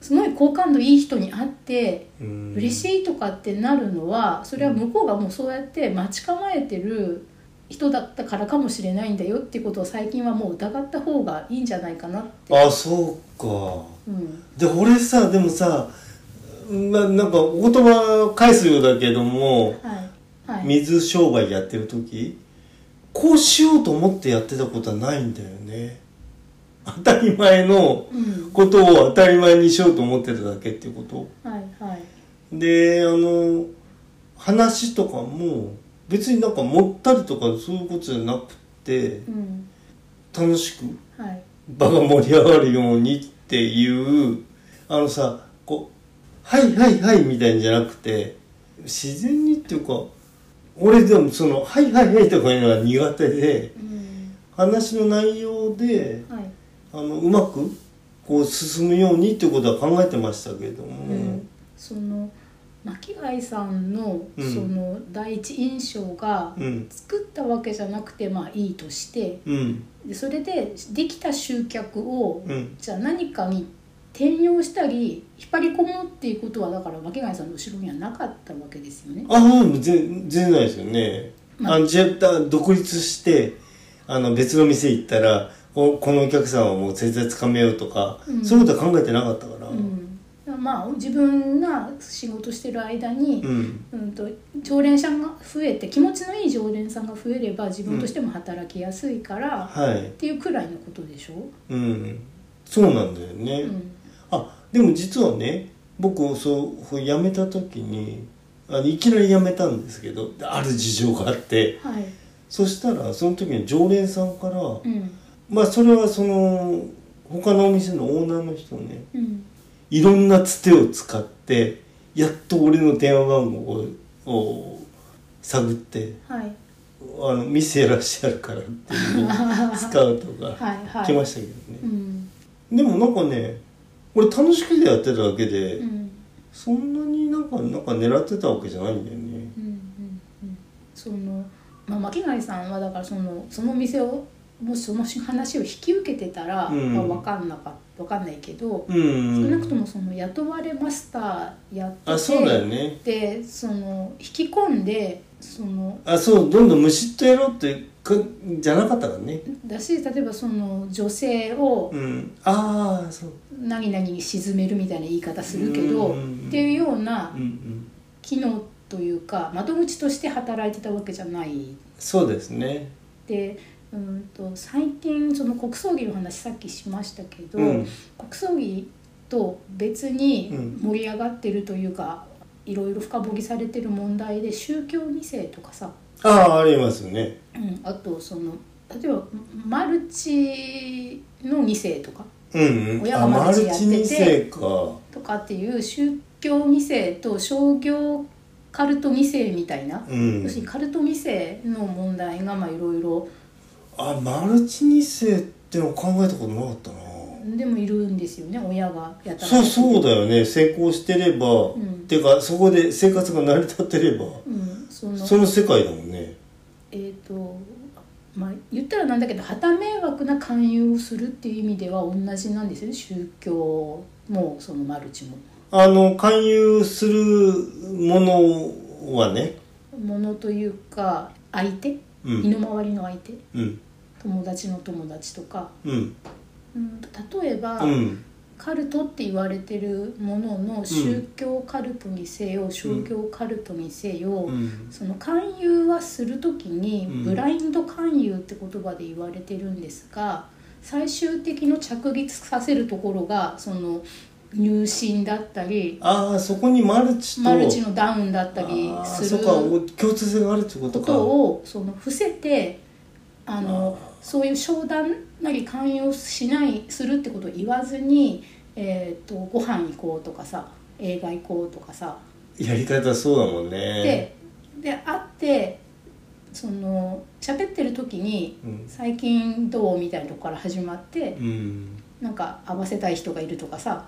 Speaker 1: すごい好感度いい人に会って
Speaker 2: うん
Speaker 1: 嬉しいとかってなるのはそれは向こうがもうそうやって待ち構えてる人だったからかもしれないんだよっていうことを最近はもう疑った方がいいんじゃないかなって。
Speaker 2: あそうか
Speaker 1: うん
Speaker 2: で俺さでもさななんかお言葉返すようだけども
Speaker 1: はいはい、
Speaker 2: 水商売やってる時こうしようと思ってやってたことはないんだよね当たり前の
Speaker 1: うん、
Speaker 2: ことを当たり前にしようと思ってただけっていうこと
Speaker 1: はいはい
Speaker 2: であの話とかも別になんかもったりとかそういうことじゃなくて
Speaker 1: うん
Speaker 2: 楽しく
Speaker 1: はい
Speaker 2: 場が盛り上がるようにっていうあのさこう「はいはいはい」みたいんじゃなくて自然にっていうか俺でもその「はいはいはい」とかいうのは苦手で
Speaker 1: うん
Speaker 2: 話の内容で
Speaker 1: はい
Speaker 2: あのうまくこう進むようにっていうことは考えてましたけども、
Speaker 1: その巻貝さんの
Speaker 2: うん
Speaker 1: その第一印象が
Speaker 2: うん
Speaker 1: 作ったわけじゃなくてまあいいとして
Speaker 2: うん
Speaker 1: でそれでできた集客を
Speaker 2: うん
Speaker 1: じゃあ何かに転用したり引っ張り込むっていうことはだから巻貝さんの後ろにはなかったわけですよね。
Speaker 2: ああ全然ないですよね、
Speaker 1: まあ
Speaker 2: あのじゃあだ独立してあの別の店行ったらここのお客さんはもう全然つかめようとか、
Speaker 1: うん
Speaker 2: そういうことは考えてなかったから、
Speaker 1: うん、まあ自分が仕事してる間に、
Speaker 2: うん
Speaker 1: うんと常連さんが増えて気持ちのいい常連さんが増えれば自分としても働きやすいから、っ
Speaker 2: はい
Speaker 1: ていうくらいのことでしょ、
Speaker 2: うんそうなんだよね、
Speaker 1: うん
Speaker 2: あでも実はね僕そう辞めた時にあのいきなり辞めたんですけどある事情があって
Speaker 1: はい
Speaker 2: そしたらその時の常連さんから、
Speaker 1: うん
Speaker 2: まあそれはその他のお店のオーナーの人ね
Speaker 1: うん
Speaker 2: いろんなつてを使ってやっと俺の電話番号をを探って
Speaker 1: はい
Speaker 2: あの店やらっしゃるからっていうスカウトが
Speaker 1: はいはい
Speaker 2: 来ましたけどね、
Speaker 1: うん
Speaker 2: でもなんかね俺楽しくてやってただけで、
Speaker 1: うん
Speaker 2: そんなになんかなんか狙ってたわけじゃないんだよね
Speaker 1: うんうんうんその、まあ、巻貝さんはだからそのその店をもしその話を引き受けてたら、
Speaker 2: うん
Speaker 1: まあ、分かんなかわかんないけど、
Speaker 2: うん
Speaker 1: 少なくともその雇われマスターやってて
Speaker 2: あそうだよね
Speaker 1: でその引き込んでその
Speaker 2: あそうどんどんむしっとやろうってかじゃなかったからね
Speaker 1: だし例えばその女性を
Speaker 2: うんああそう
Speaker 1: 何々に沈めるみたいな言い方するけど、
Speaker 2: うん
Speaker 1: っていうような
Speaker 2: うんうん
Speaker 1: 機能というか窓口として働いてたわけじゃない
Speaker 2: そうですね
Speaker 1: でうんと最近その国葬儀の話さっきしましたけど、
Speaker 2: うん
Speaker 1: 国葬儀と別に
Speaker 2: うん
Speaker 1: 盛り上がってるというか、いろいろ深掘りされてる問題で宗教2世とかさ、
Speaker 2: ああありますよね
Speaker 1: うん、あとその例えばマルチの2世とか
Speaker 2: うんうん、
Speaker 1: 親
Speaker 2: あ
Speaker 1: が
Speaker 2: マ
Speaker 1: マ
Speaker 2: ル
Speaker 1: ルチ
Speaker 2: チ
Speaker 1: やってて
Speaker 2: 2世か
Speaker 1: とかっていう宗教2世と商業カルト2世みたいな、
Speaker 2: うん
Speaker 1: 要するにカルト2世の問題がまあいろいろ
Speaker 2: あマルチ2世っての考えたことなかったな
Speaker 1: でもいるんですよね親がやたら
Speaker 2: そうそうだよね成功してれば、
Speaker 1: うん
Speaker 2: てかそこで生活が成り立ってれば
Speaker 1: うん、その
Speaker 2: その世界だもんね
Speaker 1: えっ、とまあ言ったらなんだけど旗迷惑な勧誘をするっていう意味では同じなんですよね宗教もそのマルチも。
Speaker 2: あの勧誘するものはね
Speaker 1: ものというか相手
Speaker 2: う
Speaker 1: 身
Speaker 2: ん
Speaker 1: の回りの相手
Speaker 2: うん
Speaker 1: 友達の友達とか、
Speaker 2: うん
Speaker 1: うん、例えば、
Speaker 2: うん
Speaker 1: カルトって言われてるものの宗教カルトにせよ宗教カルトにせよ、
Speaker 2: うん
Speaker 1: その勧誘はする時に
Speaker 2: うん
Speaker 1: ブラインド勧誘って言葉で言われてるんですが最終的の着陸させるところがその入信だったり
Speaker 2: ああそこにマルチと
Speaker 1: マルチのダウンだったり
Speaker 2: あー
Speaker 1: す
Speaker 2: そ
Speaker 1: る
Speaker 2: っかお共通性があるってこ
Speaker 1: ことと
Speaker 2: か
Speaker 1: をその伏せてあのそういう商談なり勧誘をしないするってことを言わずに、えー、とご飯行こうとかさ映画行こうとかさ
Speaker 2: やり方そうだもんね
Speaker 1: でで会ってその喋ってる時に
Speaker 2: うん
Speaker 1: 「最近どう?」みたいなとこから始まって
Speaker 2: うん
Speaker 1: なんか会わせたい人がいるとかさ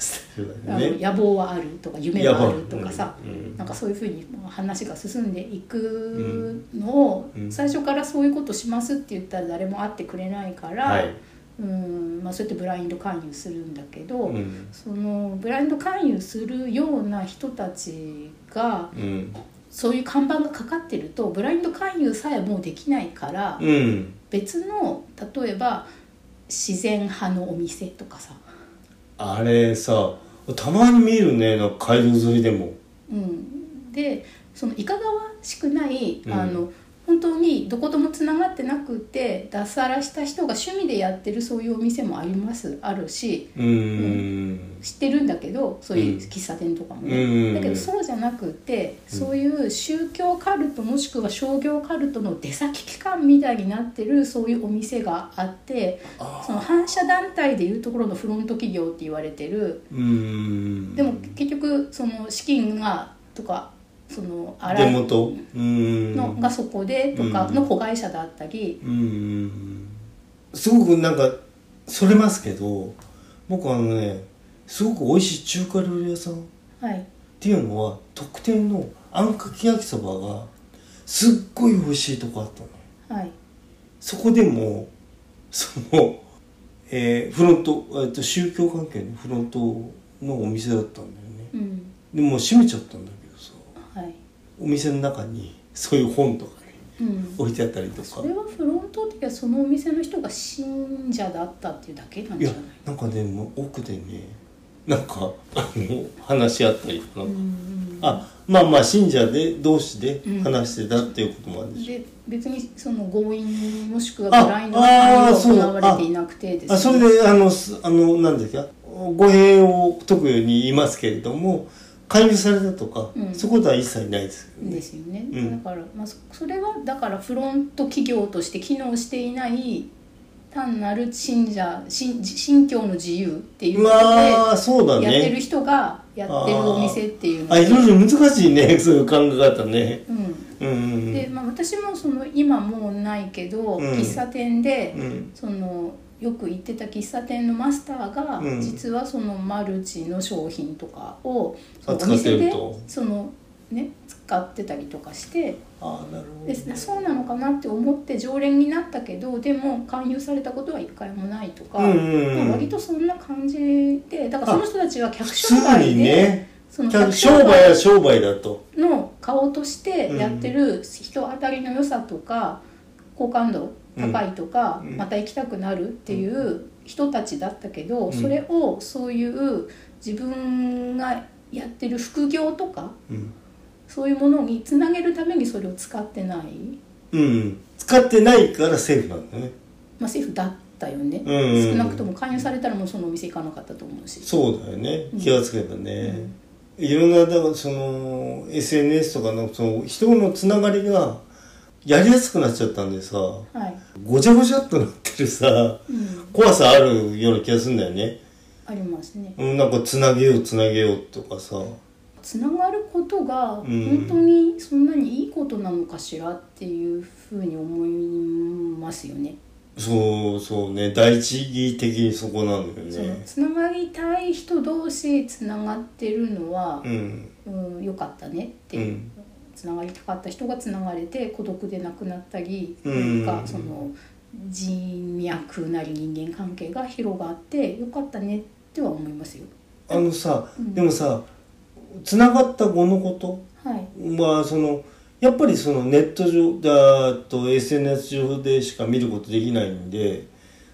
Speaker 2: してる
Speaker 1: あ
Speaker 2: わ
Speaker 1: の
Speaker 2: けね。
Speaker 1: 野望はあるとか夢はあるとかさ、
Speaker 2: 野望うん
Speaker 1: なんかそういうふうに話が進んでいくのを、
Speaker 2: うん
Speaker 1: 最初からそういうことしますって言ったら誰も会ってくれないから、
Speaker 2: はい。
Speaker 1: うんまあ、そうやってブラインド勧誘するんだけど、
Speaker 2: うん。
Speaker 1: そのブラインド勧誘するような人たちが
Speaker 2: うん。
Speaker 1: そういう看板がかかってるとブラインド勧誘さえもうできないから、
Speaker 2: うん。
Speaker 1: 別の例えば自然派のお店とかさ、
Speaker 2: あれさ、たまに見るね、なんか街道沿いでも。
Speaker 1: うん、でそのいかがわしくない、
Speaker 2: うん
Speaker 1: あの本当にどこともつながってなくて脱サラした人が趣味でやってるそういうお店もありますあるし
Speaker 2: うーん。
Speaker 1: 知ってるんだけどそういううん喫茶店とかも
Speaker 2: うん
Speaker 1: ね、だけどそうじゃなくてそういう宗教カルトもしくは商業カルトの出先機関みたいになってるそういうお店があって
Speaker 2: あ
Speaker 1: その反社団体でいうところのフロント企業って言われてる
Speaker 2: うーん。
Speaker 1: でも結局その資金がとかそのあ
Speaker 2: で
Speaker 1: ら
Speaker 2: もと。うーん。
Speaker 1: のがそこでとか
Speaker 2: うん
Speaker 1: の子会社だったり、
Speaker 2: うんすごくなんかそれますけど僕あのねすごく美味しい中華料理屋さんっ
Speaker 1: はい
Speaker 2: ていうのは特典のあんかけ焼きそばがすっごい美味しいとこあったの
Speaker 1: はい
Speaker 2: そこでもその、えーフロント、えっと宗教関係のフロントのお店だったんだよね
Speaker 1: うん
Speaker 2: でもう閉めちゃったんだけどさ
Speaker 1: はい
Speaker 2: お店の中にそういう本とかね
Speaker 1: うん
Speaker 2: 置いてあったりとか
Speaker 1: それはフロントっていうかそのお店の人が信者だったっていうだけなん
Speaker 2: い
Speaker 1: じゃ
Speaker 2: や
Speaker 1: ない
Speaker 2: なんかねもう奥でねなんかあの話し合ったりとか、
Speaker 1: うんうん
Speaker 2: あまあまあ信者で同士で
Speaker 1: うん
Speaker 2: 話してたっていうこともあるでしょ、
Speaker 1: で別にその強引もしくは
Speaker 2: あ
Speaker 1: ブラインドが
Speaker 2: そう
Speaker 1: 行われていなくてですね
Speaker 2: あそれであのすあのなんですか語弊を解くように言いますけれども勧誘されたとか、
Speaker 1: うん
Speaker 2: そういうことは一切ないですけどね
Speaker 1: ですよね、
Speaker 2: うん
Speaker 1: だから、まあ、そそれはだからフロント企業として機能していない単なる信者信信教の自由っていう
Speaker 2: ま
Speaker 1: こ
Speaker 2: あそうだ
Speaker 1: とでやってる
Speaker 2: ね
Speaker 1: 人がやってるお店っていうの
Speaker 2: あいろいろ難しいね そういう考え方ね
Speaker 1: うん
Speaker 2: うんうん
Speaker 1: でまあ、私もその今もうないけど、
Speaker 2: うん
Speaker 1: 喫茶店で、
Speaker 2: うん
Speaker 1: そのよく行ってた喫茶店のマスターが、
Speaker 2: うん
Speaker 1: 実はそのマルチの商品とかをそのお
Speaker 2: 扱っ
Speaker 1: 店
Speaker 2: てる
Speaker 1: で
Speaker 2: と
Speaker 1: その、ね、使ってたりとかして。
Speaker 2: あなるほど
Speaker 1: ですね、そうなのかなって思って常連になったけどでも勧誘されたことは一回もないとか、
Speaker 2: うんうんうん
Speaker 1: まあ割とそんな感じでだからその人たちは客
Speaker 2: 普
Speaker 1: 商
Speaker 2: 通
Speaker 1: 売で、
Speaker 2: にね
Speaker 1: その
Speaker 2: 客
Speaker 1: 客
Speaker 2: 商
Speaker 1: 商
Speaker 2: 売は
Speaker 1: 売
Speaker 2: 商売だと
Speaker 1: の顔としてやってる人当たりの良さとか、好感度高いとか、
Speaker 2: うん
Speaker 1: また行きたくなるっていう人たちだったけど、
Speaker 2: ん
Speaker 1: それをそういう自分がやってる副業とか
Speaker 2: うん、
Speaker 1: そういうものにつなげるためにそれを使ってない。
Speaker 2: うん、使ってないからセーフなんだね
Speaker 1: まあ、政府だったよね、
Speaker 2: うんうんうん
Speaker 1: 少なくとも勧誘されたらもうそのお店行かなかったと思うし
Speaker 2: そうだよね
Speaker 1: うん
Speaker 2: 気がつけばね、いろんなだからその SNS とかのその人のつながりがやりやすくなっちゃったんでさ
Speaker 1: はい、
Speaker 2: ごちゃごちゃっとなってるさ
Speaker 1: うん、
Speaker 2: 怖さあるような気がするんだよね、
Speaker 1: ありますね
Speaker 2: うん、なんかつなげようつなげようとかさ
Speaker 1: つながることが
Speaker 2: ん
Speaker 1: 本当にそんなにいいことなのかしらっていうふうに思いますよね
Speaker 2: そうそうね第一義的にそこなんだよ
Speaker 1: その
Speaker 2: ね
Speaker 1: つながりたい人同士つながってるのは
Speaker 2: う、ん
Speaker 1: うん、良かったねって
Speaker 2: う
Speaker 1: いう、
Speaker 2: ん
Speaker 1: つながりたかった人がつながれて孤独で亡くなったり、
Speaker 2: うん
Speaker 1: なんかその人脈なり人間関係が広がってよかったねっては思いますよ。
Speaker 2: あのさ、
Speaker 1: うん
Speaker 2: でもさつながった後のこと
Speaker 1: はい、
Speaker 2: まあそのやっぱりそのネット上だと SNS 上でしか見ることできないんで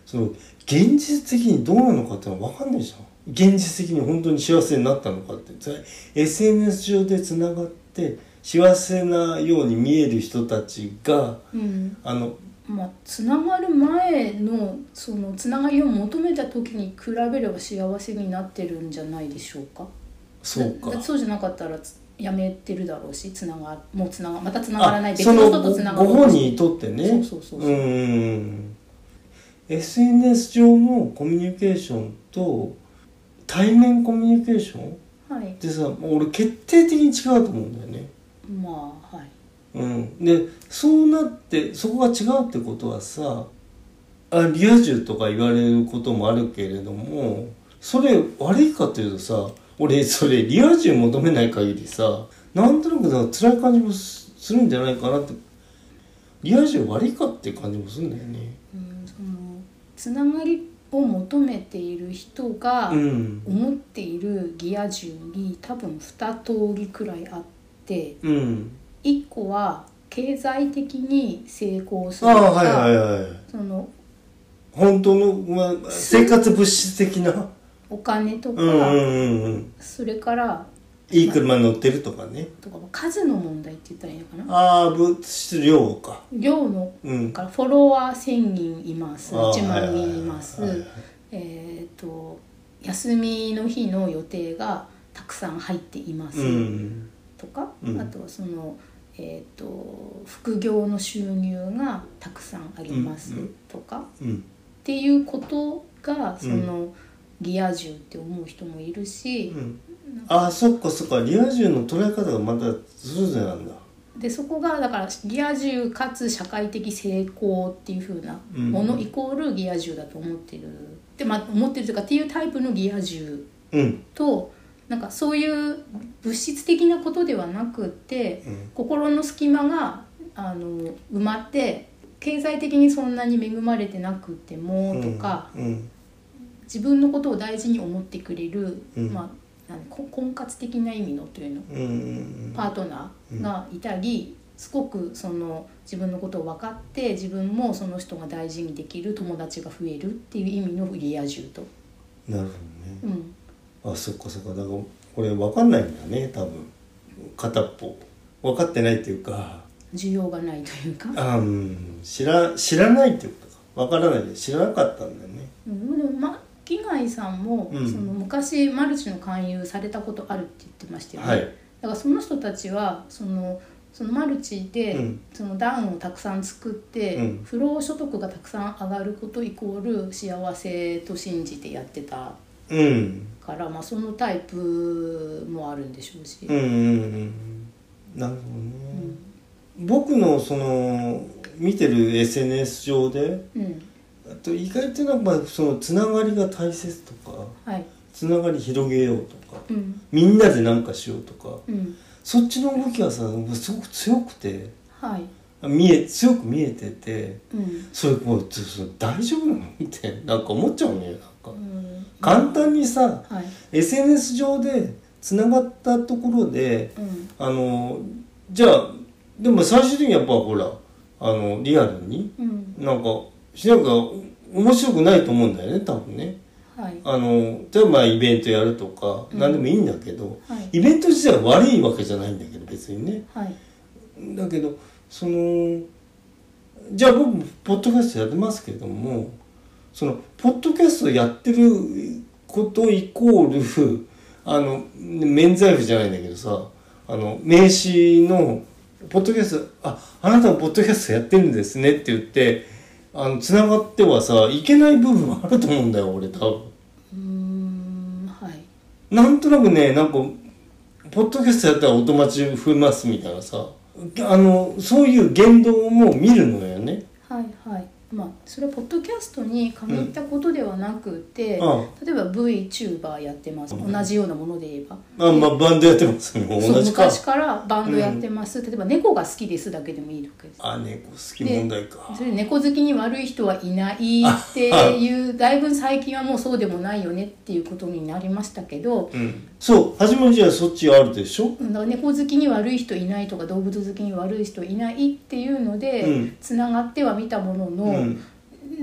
Speaker 2: その現実的にどうなのかってのは分かんないじゃん現実的に本当に幸せになったのかってつまり SNS 上でつながって幸せなように見える人たちが
Speaker 1: うん
Speaker 2: あの
Speaker 1: まあ、つながる前のそのつながりを求めた時に比べれば幸せになってるんじゃないでしょうか
Speaker 2: そうか
Speaker 1: だだそうじゃなかったらつやめてるだろうしつながもうつながまたつながらない
Speaker 2: あ
Speaker 1: 別
Speaker 2: そ
Speaker 1: の
Speaker 2: の
Speaker 1: 人とつなが
Speaker 2: ご
Speaker 1: ろう
Speaker 2: ご本
Speaker 1: とし
Speaker 2: 人にとってね
Speaker 1: そうそうそうそう
Speaker 2: うんうんうん SNS 上のコミュニケーションと対面コミュニケーション
Speaker 1: はい
Speaker 2: でさもう俺決定的に違うと思うんだよね。
Speaker 1: まあはい
Speaker 2: うん、でそうなってそこが違うってことはさあリア充とか言われることもあるけれどもそれ悪いかっていうとさ俺それリア充求めない限りさなんとなくなんか辛い感じもすするんじゃないかなってリア充悪いかっていう感じもするんだよね
Speaker 1: うん、そのつながりを求めている人が
Speaker 2: うん
Speaker 1: 思っているギア充に多分2通りくらいあって
Speaker 2: うん
Speaker 1: 1個は経済的に成功す
Speaker 2: あ
Speaker 1: る
Speaker 2: あ
Speaker 1: と
Speaker 2: はいはい
Speaker 1: か
Speaker 2: はい
Speaker 1: その
Speaker 2: 本当の、まあ、生活物質的な
Speaker 1: お金と
Speaker 2: うんう
Speaker 1: か
Speaker 2: んうんうん
Speaker 1: それから
Speaker 2: いい車乗ってるとかね
Speaker 1: とか数の問題って言ったらいいのかな
Speaker 2: ああ物質量か
Speaker 1: 量の
Speaker 2: うん
Speaker 1: からフォロワー1,000人います
Speaker 2: あー
Speaker 1: 1万人います
Speaker 2: はいはいはいはい
Speaker 1: えっ、と休みの日の予定がたくさん入っています、
Speaker 2: うん
Speaker 1: とか、
Speaker 2: うん
Speaker 1: あとはその、えー、と副業の収入がたくさんあります
Speaker 2: うんうん
Speaker 1: とか、っ
Speaker 2: うん
Speaker 1: ていうことがその、ギア充って思う人もいるし
Speaker 2: う、んああそっかそっかリア充の捉え方がまたそれぞれなんだ
Speaker 1: でそこがだからギア充かつ社会的成功っていう風なもの
Speaker 2: うん
Speaker 1: イコールギア充だと思ってる、でまあ思ってるというかっていうタイプのギア充
Speaker 2: うん
Speaker 1: となんかそういう物質的なことではなくって、
Speaker 2: うん
Speaker 1: 心の隙間があの埋まって経済的にそんなに恵まれてなくてもとか、
Speaker 2: うん
Speaker 1: 自分のことを大事に思ってくれる、
Speaker 2: うん
Speaker 1: まあ、なんこ婚活的な意味のというの
Speaker 2: うんうん
Speaker 1: パートナーがいたり、すごくその自分のことを分かって自分もその人が大事にできる友達が増えるっていう意味のリア充と。
Speaker 2: なるほどね
Speaker 1: うん
Speaker 2: あそっかそっかだからこれ分かんないんだね多分片っぽ分かってないっていうか
Speaker 1: 需要がないというか
Speaker 2: あーうん知ら知らないっていうことか分からないで知らなかったんだよね
Speaker 1: うんでも、ま、木貝さんも、
Speaker 2: うん
Speaker 1: その昔マルチの勧誘されたことあるって言ってましたよね、
Speaker 2: はい
Speaker 1: だからその人たちはそのそのマルチで、
Speaker 2: うん
Speaker 1: そのダウンをたくさん作って、
Speaker 2: うん
Speaker 1: 不労所得がたくさん上がることイコール幸せと信じてやってた
Speaker 2: うん
Speaker 1: から、まあ、そのタイプもあるんでしょうし、
Speaker 2: うんうんうんなるほどね、僕のその見てる SNS 上で
Speaker 1: うん
Speaker 2: あと意外となんかそのつながりが大切とか
Speaker 1: はい、
Speaker 2: つながり広げようとか
Speaker 1: うん
Speaker 2: みんなでなんかしようとか
Speaker 1: うん
Speaker 2: そっちの動きがさすごく強くて
Speaker 1: はい
Speaker 2: 見え強く見えてて
Speaker 1: うん
Speaker 2: それもうちょそれ大丈夫なのってなんか思っちゃうねなんか
Speaker 1: うん
Speaker 2: 簡単にさ
Speaker 1: はい
Speaker 2: SNS 上でつながったところで
Speaker 1: うん
Speaker 2: あのじゃあでも最終的にやっぱほらあのリアルに
Speaker 1: うん
Speaker 2: なんかしなきゃ面白くないと思うんだよね多分ね
Speaker 1: はい
Speaker 2: あの例えばまあイベントやるとか
Speaker 1: うん
Speaker 2: 何でもいいんだけど、
Speaker 1: はい
Speaker 2: イベント自体は悪いわけじゃないんだけど別にね
Speaker 1: はい
Speaker 2: だけどそのじゃあ僕ポッドキャストやってますけどもそのポッドキャストやってることイコールあの免罪符じゃないんだけどさあの名刺のポッドキャストああなたもポッドキャストやってるんですねって言ってあの繋がってはさいけない部分もあると思うんだよ俺多分。
Speaker 1: うーんはい
Speaker 2: なんとなくね、なんか、ポッドキャストやったらお友達増えますみたいなさ、あの、そういう言動も見るのよね。
Speaker 1: はいはいまあそれはポッドキャストに限ったことではなくて、
Speaker 2: うん
Speaker 1: 例えば VTuber やってます、
Speaker 2: うん
Speaker 1: 同じようなもので言えば、
Speaker 2: あまあ、バンドやってますね。
Speaker 1: そう
Speaker 2: 同じか。
Speaker 1: 昔からバンドやってます、例えば猫が好きですだけでもいいわけです
Speaker 2: あ、猫好き問題か
Speaker 1: そ。れで猫好きに悪い人はいないっていうだいぶ最近はもうそうでもないよねっていうことになりましたけど、
Speaker 2: うん。そう、初めじゃあそっちあるでしょ
Speaker 1: だから猫好きに悪い人いないとか動物好きに悪い人いないっていうの
Speaker 2: う
Speaker 1: で
Speaker 2: ん
Speaker 1: つな、がってはみたものの、
Speaker 2: うん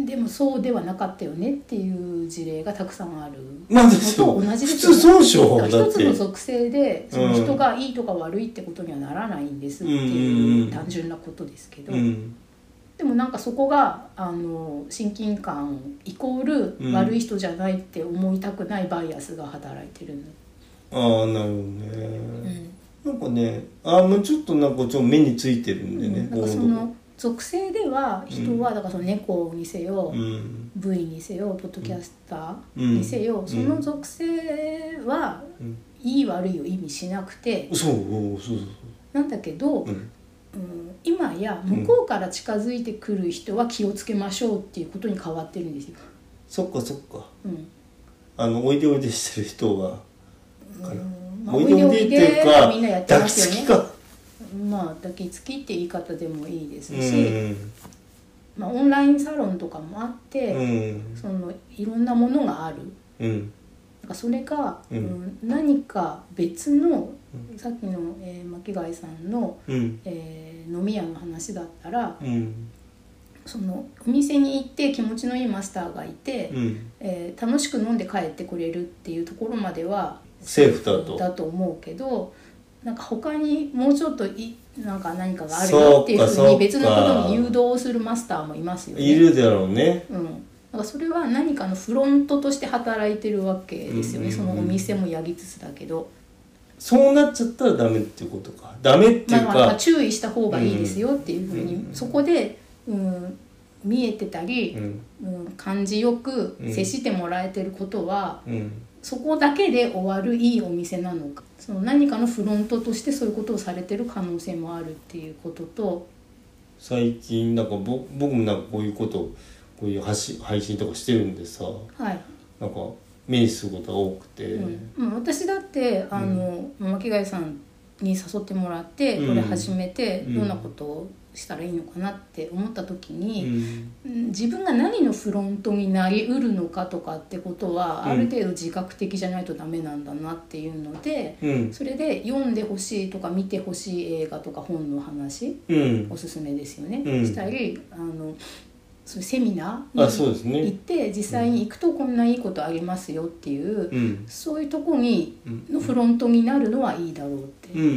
Speaker 1: でもそうではなかったよねっていう事例がたくさんある
Speaker 2: まあですよ
Speaker 1: のと同じです
Speaker 2: 普通そうでしょ
Speaker 1: だから一
Speaker 2: だって
Speaker 1: つの属性でその
Speaker 2: うん
Speaker 1: 人がいいとか悪いってことにはならないんですっていう単純なことですけど、
Speaker 2: うん。
Speaker 1: でもなんかそこがあの親近感イコー
Speaker 2: うん
Speaker 1: ル悪い人じゃないって思いたくないバイアスが働いてるの、
Speaker 2: ああ、なるほど
Speaker 1: う
Speaker 2: ね。
Speaker 1: ん
Speaker 2: なんかね、あもうちょっとなんかちょっと目についてるんでね、
Speaker 1: なんかそ
Speaker 2: こういう
Speaker 1: の属性では人はだからその猫にせよ、
Speaker 2: とこうん。
Speaker 1: 部位にせよポッドキャスターにせよ、
Speaker 2: うん
Speaker 1: その属性は
Speaker 2: うん
Speaker 1: いい悪いを意味しなくて
Speaker 2: そう、そうそう
Speaker 1: なんだけど、
Speaker 2: そう。うん。
Speaker 1: うん今や向こうから近づいてくる人は気をつけましょうっていうことに変わってるんですよ。
Speaker 2: そっかそっか。
Speaker 1: うん、
Speaker 2: あのおいでおいでしてる人はから
Speaker 1: うんまあ
Speaker 2: おいでおいでっていう
Speaker 1: おいでお
Speaker 2: か
Speaker 1: いではみんなやって
Speaker 2: 抱
Speaker 1: ま
Speaker 2: き
Speaker 1: すよ
Speaker 2: つ
Speaker 1: ね
Speaker 2: きか
Speaker 1: まあ抱きつきって言い方でもいいです
Speaker 2: う
Speaker 1: し、
Speaker 2: ん
Speaker 1: まあ、オンラインサロンとかもあって、
Speaker 2: うん
Speaker 1: そのいろんなものがある
Speaker 2: うん
Speaker 1: なんかそれが、
Speaker 2: うん
Speaker 1: うん何か別の
Speaker 2: う
Speaker 1: さっきの、えー巻貝さんの、
Speaker 2: うん
Speaker 1: えー飲み屋の話だったら
Speaker 2: うん
Speaker 1: そのお店に行って気持ちのいいマスターがいて、
Speaker 2: うん
Speaker 1: えー楽しく飲んで帰ってくれるっていうところまでは
Speaker 2: セーフだと
Speaker 1: だと思うけどなんか他にもうちょっといなんか何かがある
Speaker 2: そうか
Speaker 1: よっていうふう
Speaker 2: そう
Speaker 1: に
Speaker 2: か
Speaker 1: 別のことに誘導するマスターもいますよね。
Speaker 2: いるだろうね
Speaker 1: うん、なんかそれは何かのフロントとして働いてるわけですよね、
Speaker 2: うん
Speaker 1: そのお店もやりつつだけど、
Speaker 2: そうなっちゃったらダメっていうことかダメってい
Speaker 1: ま
Speaker 2: う
Speaker 1: あ、まあなんか
Speaker 2: か
Speaker 1: 注意した方がいいですよっていうふうに、
Speaker 2: うん
Speaker 1: そこで、うん、見えてたり
Speaker 2: う、ん
Speaker 1: うん、感じよく接してもらえてることは、
Speaker 2: うん
Speaker 1: そこだけで終わるいいお店なのかその何かのフロントとしてそういうことをされてる可能性もあるっていうことと
Speaker 2: 最近なんかぼ僕もなんかこういうことこういう発信配信とかしてるんでさ
Speaker 1: はい、
Speaker 2: なんか目にすることが多くて、
Speaker 1: うんうん、私だってあの、巻貝さんに誘ってもらって
Speaker 2: うん
Speaker 1: これ始めて、
Speaker 2: うん
Speaker 1: どんなことをしたらいいのかなって思った時
Speaker 2: う
Speaker 1: に、
Speaker 2: ん
Speaker 1: うん自分が何のフロントになりうるのかとかってことは、
Speaker 2: うん
Speaker 1: ある程度自覚的じゃないとダメなんだなっていうので。
Speaker 2: うん
Speaker 1: それで読んでほしいとか見てほしい映画とか本の話
Speaker 2: うん
Speaker 1: おすすめですよね、
Speaker 2: うん
Speaker 1: したりあのそういうセミナー
Speaker 2: あそう
Speaker 1: に
Speaker 2: です
Speaker 1: 行っ
Speaker 2: ね
Speaker 1: て実際に行くとこんないいことありますよっていう、
Speaker 2: うん
Speaker 1: そういうとこに
Speaker 2: うん
Speaker 1: のフロントになるのはいいだろうって、
Speaker 2: うんうんうんう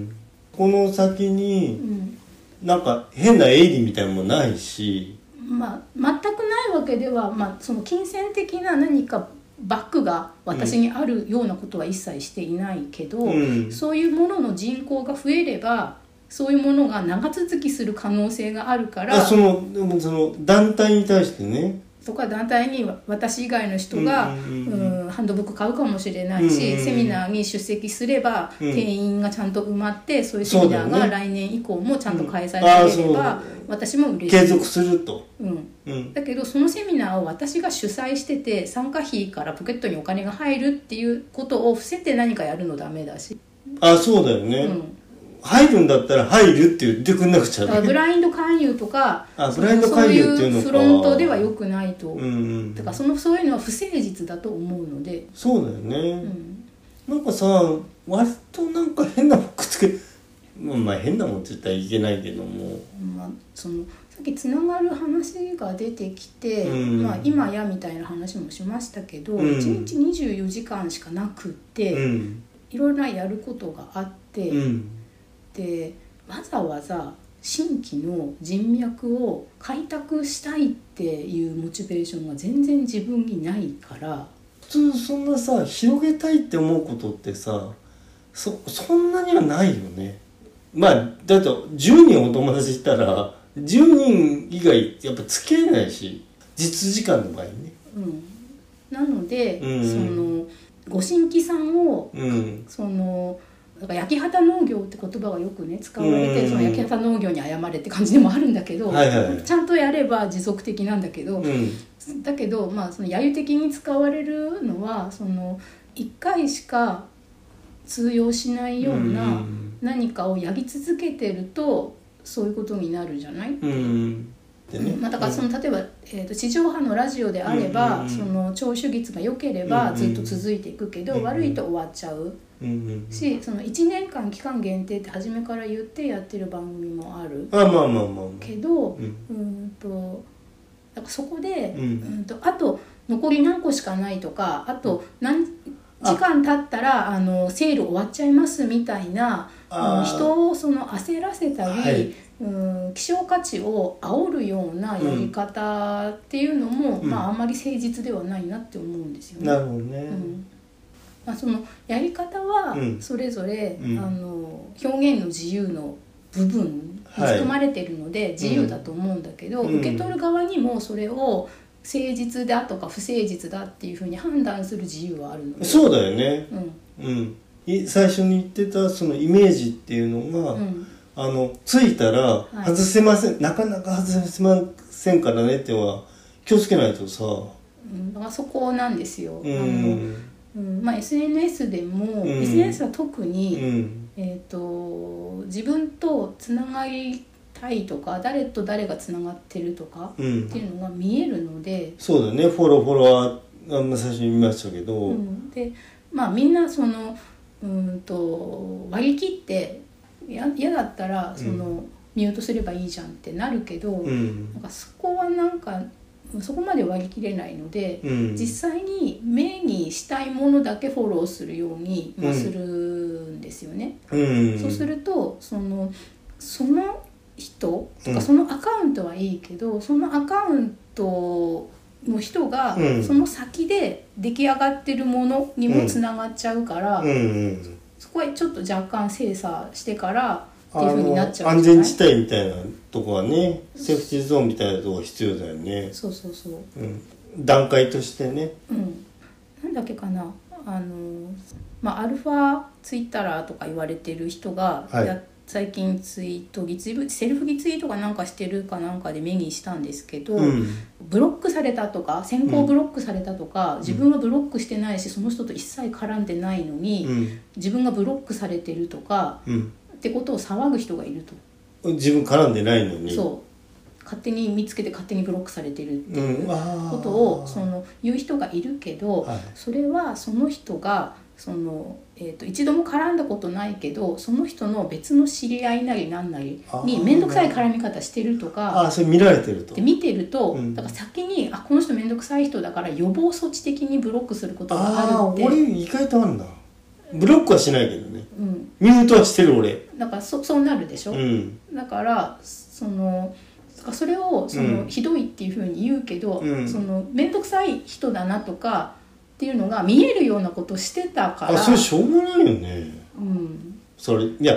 Speaker 2: んこの先
Speaker 1: う
Speaker 2: に
Speaker 1: ん
Speaker 2: なんか変な営利みたいなのもないし
Speaker 1: まあ、全くないわけでは、まあ、その金銭的な何かバックが私にあるようなことは一切していないけど、
Speaker 2: うん
Speaker 1: そういうものの人口が増えればそういうものが長続きする可能性があるから
Speaker 2: あそのでもその団体に対してね
Speaker 1: とか団体に私以外の人が、
Speaker 2: う
Speaker 1: うんん
Speaker 2: うんうん
Speaker 1: ハンドブック買うかもしれないし、
Speaker 2: うんうんうん
Speaker 1: セミナーに出席すれば、
Speaker 2: うん
Speaker 1: 定員がちゃんと埋まってそういうセミナ
Speaker 2: そ
Speaker 1: ー
Speaker 2: うだよ
Speaker 1: が
Speaker 2: ね
Speaker 1: 来年以降もちゃんと開催さ
Speaker 2: うんあー
Speaker 1: れれば、
Speaker 2: そう
Speaker 1: 私も嬉しい
Speaker 2: 継続すると、
Speaker 1: うん、
Speaker 2: うん、
Speaker 1: だけどそのセミナーを私が主催してて参加費からポケットにお金が入るっていうことを伏せて何かやるのダメだし、
Speaker 2: あそうだよね、
Speaker 1: うん、
Speaker 2: 入るんだったら入るって言ってくんなくちゃ
Speaker 1: だからブ
Speaker 2: ね
Speaker 1: ラインド勧誘とか
Speaker 2: あ
Speaker 1: そ
Speaker 2: ブラインド勧誘っていうのか
Speaker 1: そういうフロントでは良くないと、
Speaker 2: うんうん
Speaker 1: だからそのそういうのは不誠実だと思うので、
Speaker 2: そうだよね、
Speaker 1: うん、
Speaker 2: なんかさ割となんか変なもんくっつけまあまあ変なもんって言ったらいけないけども
Speaker 1: まあ、そのさっきつながる話が出てきて、
Speaker 2: うん
Speaker 1: まあ、今やみたいな話もしましたけど、
Speaker 2: うん
Speaker 1: 1日24時間しかなくって、
Speaker 2: うん
Speaker 1: いろんなやることがあって、
Speaker 2: うん
Speaker 1: でわざわざ新規の人脈を開拓したいっていうモチベーションが全然自分にないから。
Speaker 2: 普通そんなさ広げたいって思うことってさそそんなにはないよねまあだと10人お友達いたら10人以外やっぱ付き合えないし実時間の場合ね
Speaker 1: うん、なので、
Speaker 2: うん
Speaker 1: そのご新規さんを
Speaker 2: うん
Speaker 1: そのだから焼き畑農業って言葉がよくね使われて、
Speaker 2: うん
Speaker 1: その焼き畑農業に謝れって感じでもあるんだけど、
Speaker 2: はいはいはい
Speaker 1: ちゃんとやれば持続的なんだけど、
Speaker 2: うん
Speaker 1: だけどまあその揶揄的に使われるのはその1回しか通用しないよう
Speaker 2: う
Speaker 1: なん何かをやり続けてるとそういうことになるじゃない、
Speaker 2: うんでね
Speaker 1: まあ、だからその例えば、えー、と地上波のラジオであれば、
Speaker 2: うんうんうん
Speaker 1: その聴取率が良けれ
Speaker 2: うん
Speaker 1: ば
Speaker 2: うん
Speaker 1: ずっと続いていくけど、
Speaker 2: うんうん
Speaker 1: 悪いと終わっちゃう。
Speaker 2: うんうん
Speaker 1: しその1年間期間限定って初めから言ってやってる番組もある
Speaker 2: あまあまあまあまあ
Speaker 1: けど
Speaker 2: うん
Speaker 1: うーんとだからそこで、
Speaker 2: う
Speaker 1: うんん、とあと残り何個しかないとかあと何時間経ったらあのセール終わっちゃいますみたいな
Speaker 2: あー
Speaker 1: うん人をその焦らせたり、
Speaker 2: はいう
Speaker 1: ーん希少価値を煽るようなやり方っていうのも、
Speaker 2: うん
Speaker 1: まあ、あんまり誠実ではないなって思うんですよね。
Speaker 2: なるほどね、
Speaker 1: うんまあ、そのやり方は
Speaker 2: うん
Speaker 1: それぞれ、
Speaker 2: うん
Speaker 1: あの表現の自由の部分に含まれてるので自由だと思うんだけど、
Speaker 2: うん
Speaker 1: 受け取る側にもそれを誠実だとか不誠実だっていうふうに判断する自由はあるので
Speaker 2: そうだよね
Speaker 1: うん
Speaker 2: うんい最初に言ってたそのイメージっていうのが、
Speaker 1: うん
Speaker 2: あのついたら
Speaker 1: い
Speaker 2: 外せません、なかなか外せませんからねっては気をつけないとさ
Speaker 1: うんだからそこなんですよ、
Speaker 2: う
Speaker 1: あの
Speaker 2: ん
Speaker 1: うんまあ、SNS でも、
Speaker 2: うん
Speaker 1: SNS は特
Speaker 2: う
Speaker 1: に、
Speaker 2: ん
Speaker 1: えー、と自分とつながりたいとか誰と誰がつながってるとか、
Speaker 2: う
Speaker 1: ってい
Speaker 2: ん
Speaker 1: うのが見えるので,、
Speaker 2: そうだねフォローフォロワーあんま最初に見ましたけど、
Speaker 1: うんでまあ、みんなそのうんと割り切ってや嫌だったらその、
Speaker 2: う
Speaker 1: ミュートすればいいじゃんってなるけど、
Speaker 2: うん
Speaker 1: なんかそこはなんかそこまで割り切れないので、
Speaker 2: うん
Speaker 1: 実際に目にしたいものだけフォローするように、まあ
Speaker 2: うん
Speaker 1: するんですよね。
Speaker 2: うん
Speaker 1: そうするとそのその人と
Speaker 2: うん
Speaker 1: かそのアカウントはいいけど、そのアカウントの人が
Speaker 2: うん
Speaker 1: その先で出来上がってるものにもつながっちゃうから、
Speaker 2: うんうん
Speaker 1: そこはちょっと若干精査してからって
Speaker 2: あ
Speaker 1: いうふうに
Speaker 2: の
Speaker 1: なっちゃう
Speaker 2: 安
Speaker 1: んじゃ
Speaker 2: 全
Speaker 1: ない
Speaker 2: 地帯みたいなとこはねセーフティーゾーンみたいなとこ必要だよね、
Speaker 1: そうそうそう
Speaker 2: うん、段階としてね
Speaker 1: うん、なんだっけかなあの、まあ、アルファツイッターとか言われてる人が、
Speaker 2: はい
Speaker 1: や最近ツイートリツイートセルフリツイートかなんかしてるかなんかで目にしたんですけど、
Speaker 2: うん
Speaker 1: ブロックされたとか先行ブロックされたとか、自分はブロックしてないしその人と一切絡んでないのに、
Speaker 2: うん
Speaker 1: 自分がブロックされてるとか
Speaker 2: うん
Speaker 1: ってことを騒ぐ人がいると、
Speaker 2: 自分絡んでないのに
Speaker 1: そう勝手に見つけて勝手にブロックされてる
Speaker 2: う、ん、あー
Speaker 1: ことをその言う人がいるけど、
Speaker 2: はい
Speaker 1: それはその人がその、えー、と一度も絡んだことないけどその人の別の知り合いなりなんなりに
Speaker 2: あー
Speaker 1: 面倒くさい絡み方してると
Speaker 2: あ
Speaker 1: か
Speaker 2: あそれ見られてると
Speaker 1: で見てると、
Speaker 2: うん
Speaker 1: だから先にあこの人面倒くさい人だから予防措置的にブロックすることがあ
Speaker 2: ああ
Speaker 1: るって
Speaker 2: 俺意外とあるなブロックはしないけどね
Speaker 1: うん、
Speaker 2: ミュートはしてる俺
Speaker 1: だからそそうなるでしょ、
Speaker 2: うん
Speaker 1: だからそのだからそれをその、
Speaker 2: うん
Speaker 1: ひどいっていうふうに言うけど、
Speaker 2: うん
Speaker 1: その面倒くさい人だなとかっていうのが見えるようなことしてたから
Speaker 2: あそれしょうがないよね
Speaker 1: うん、
Speaker 2: それいや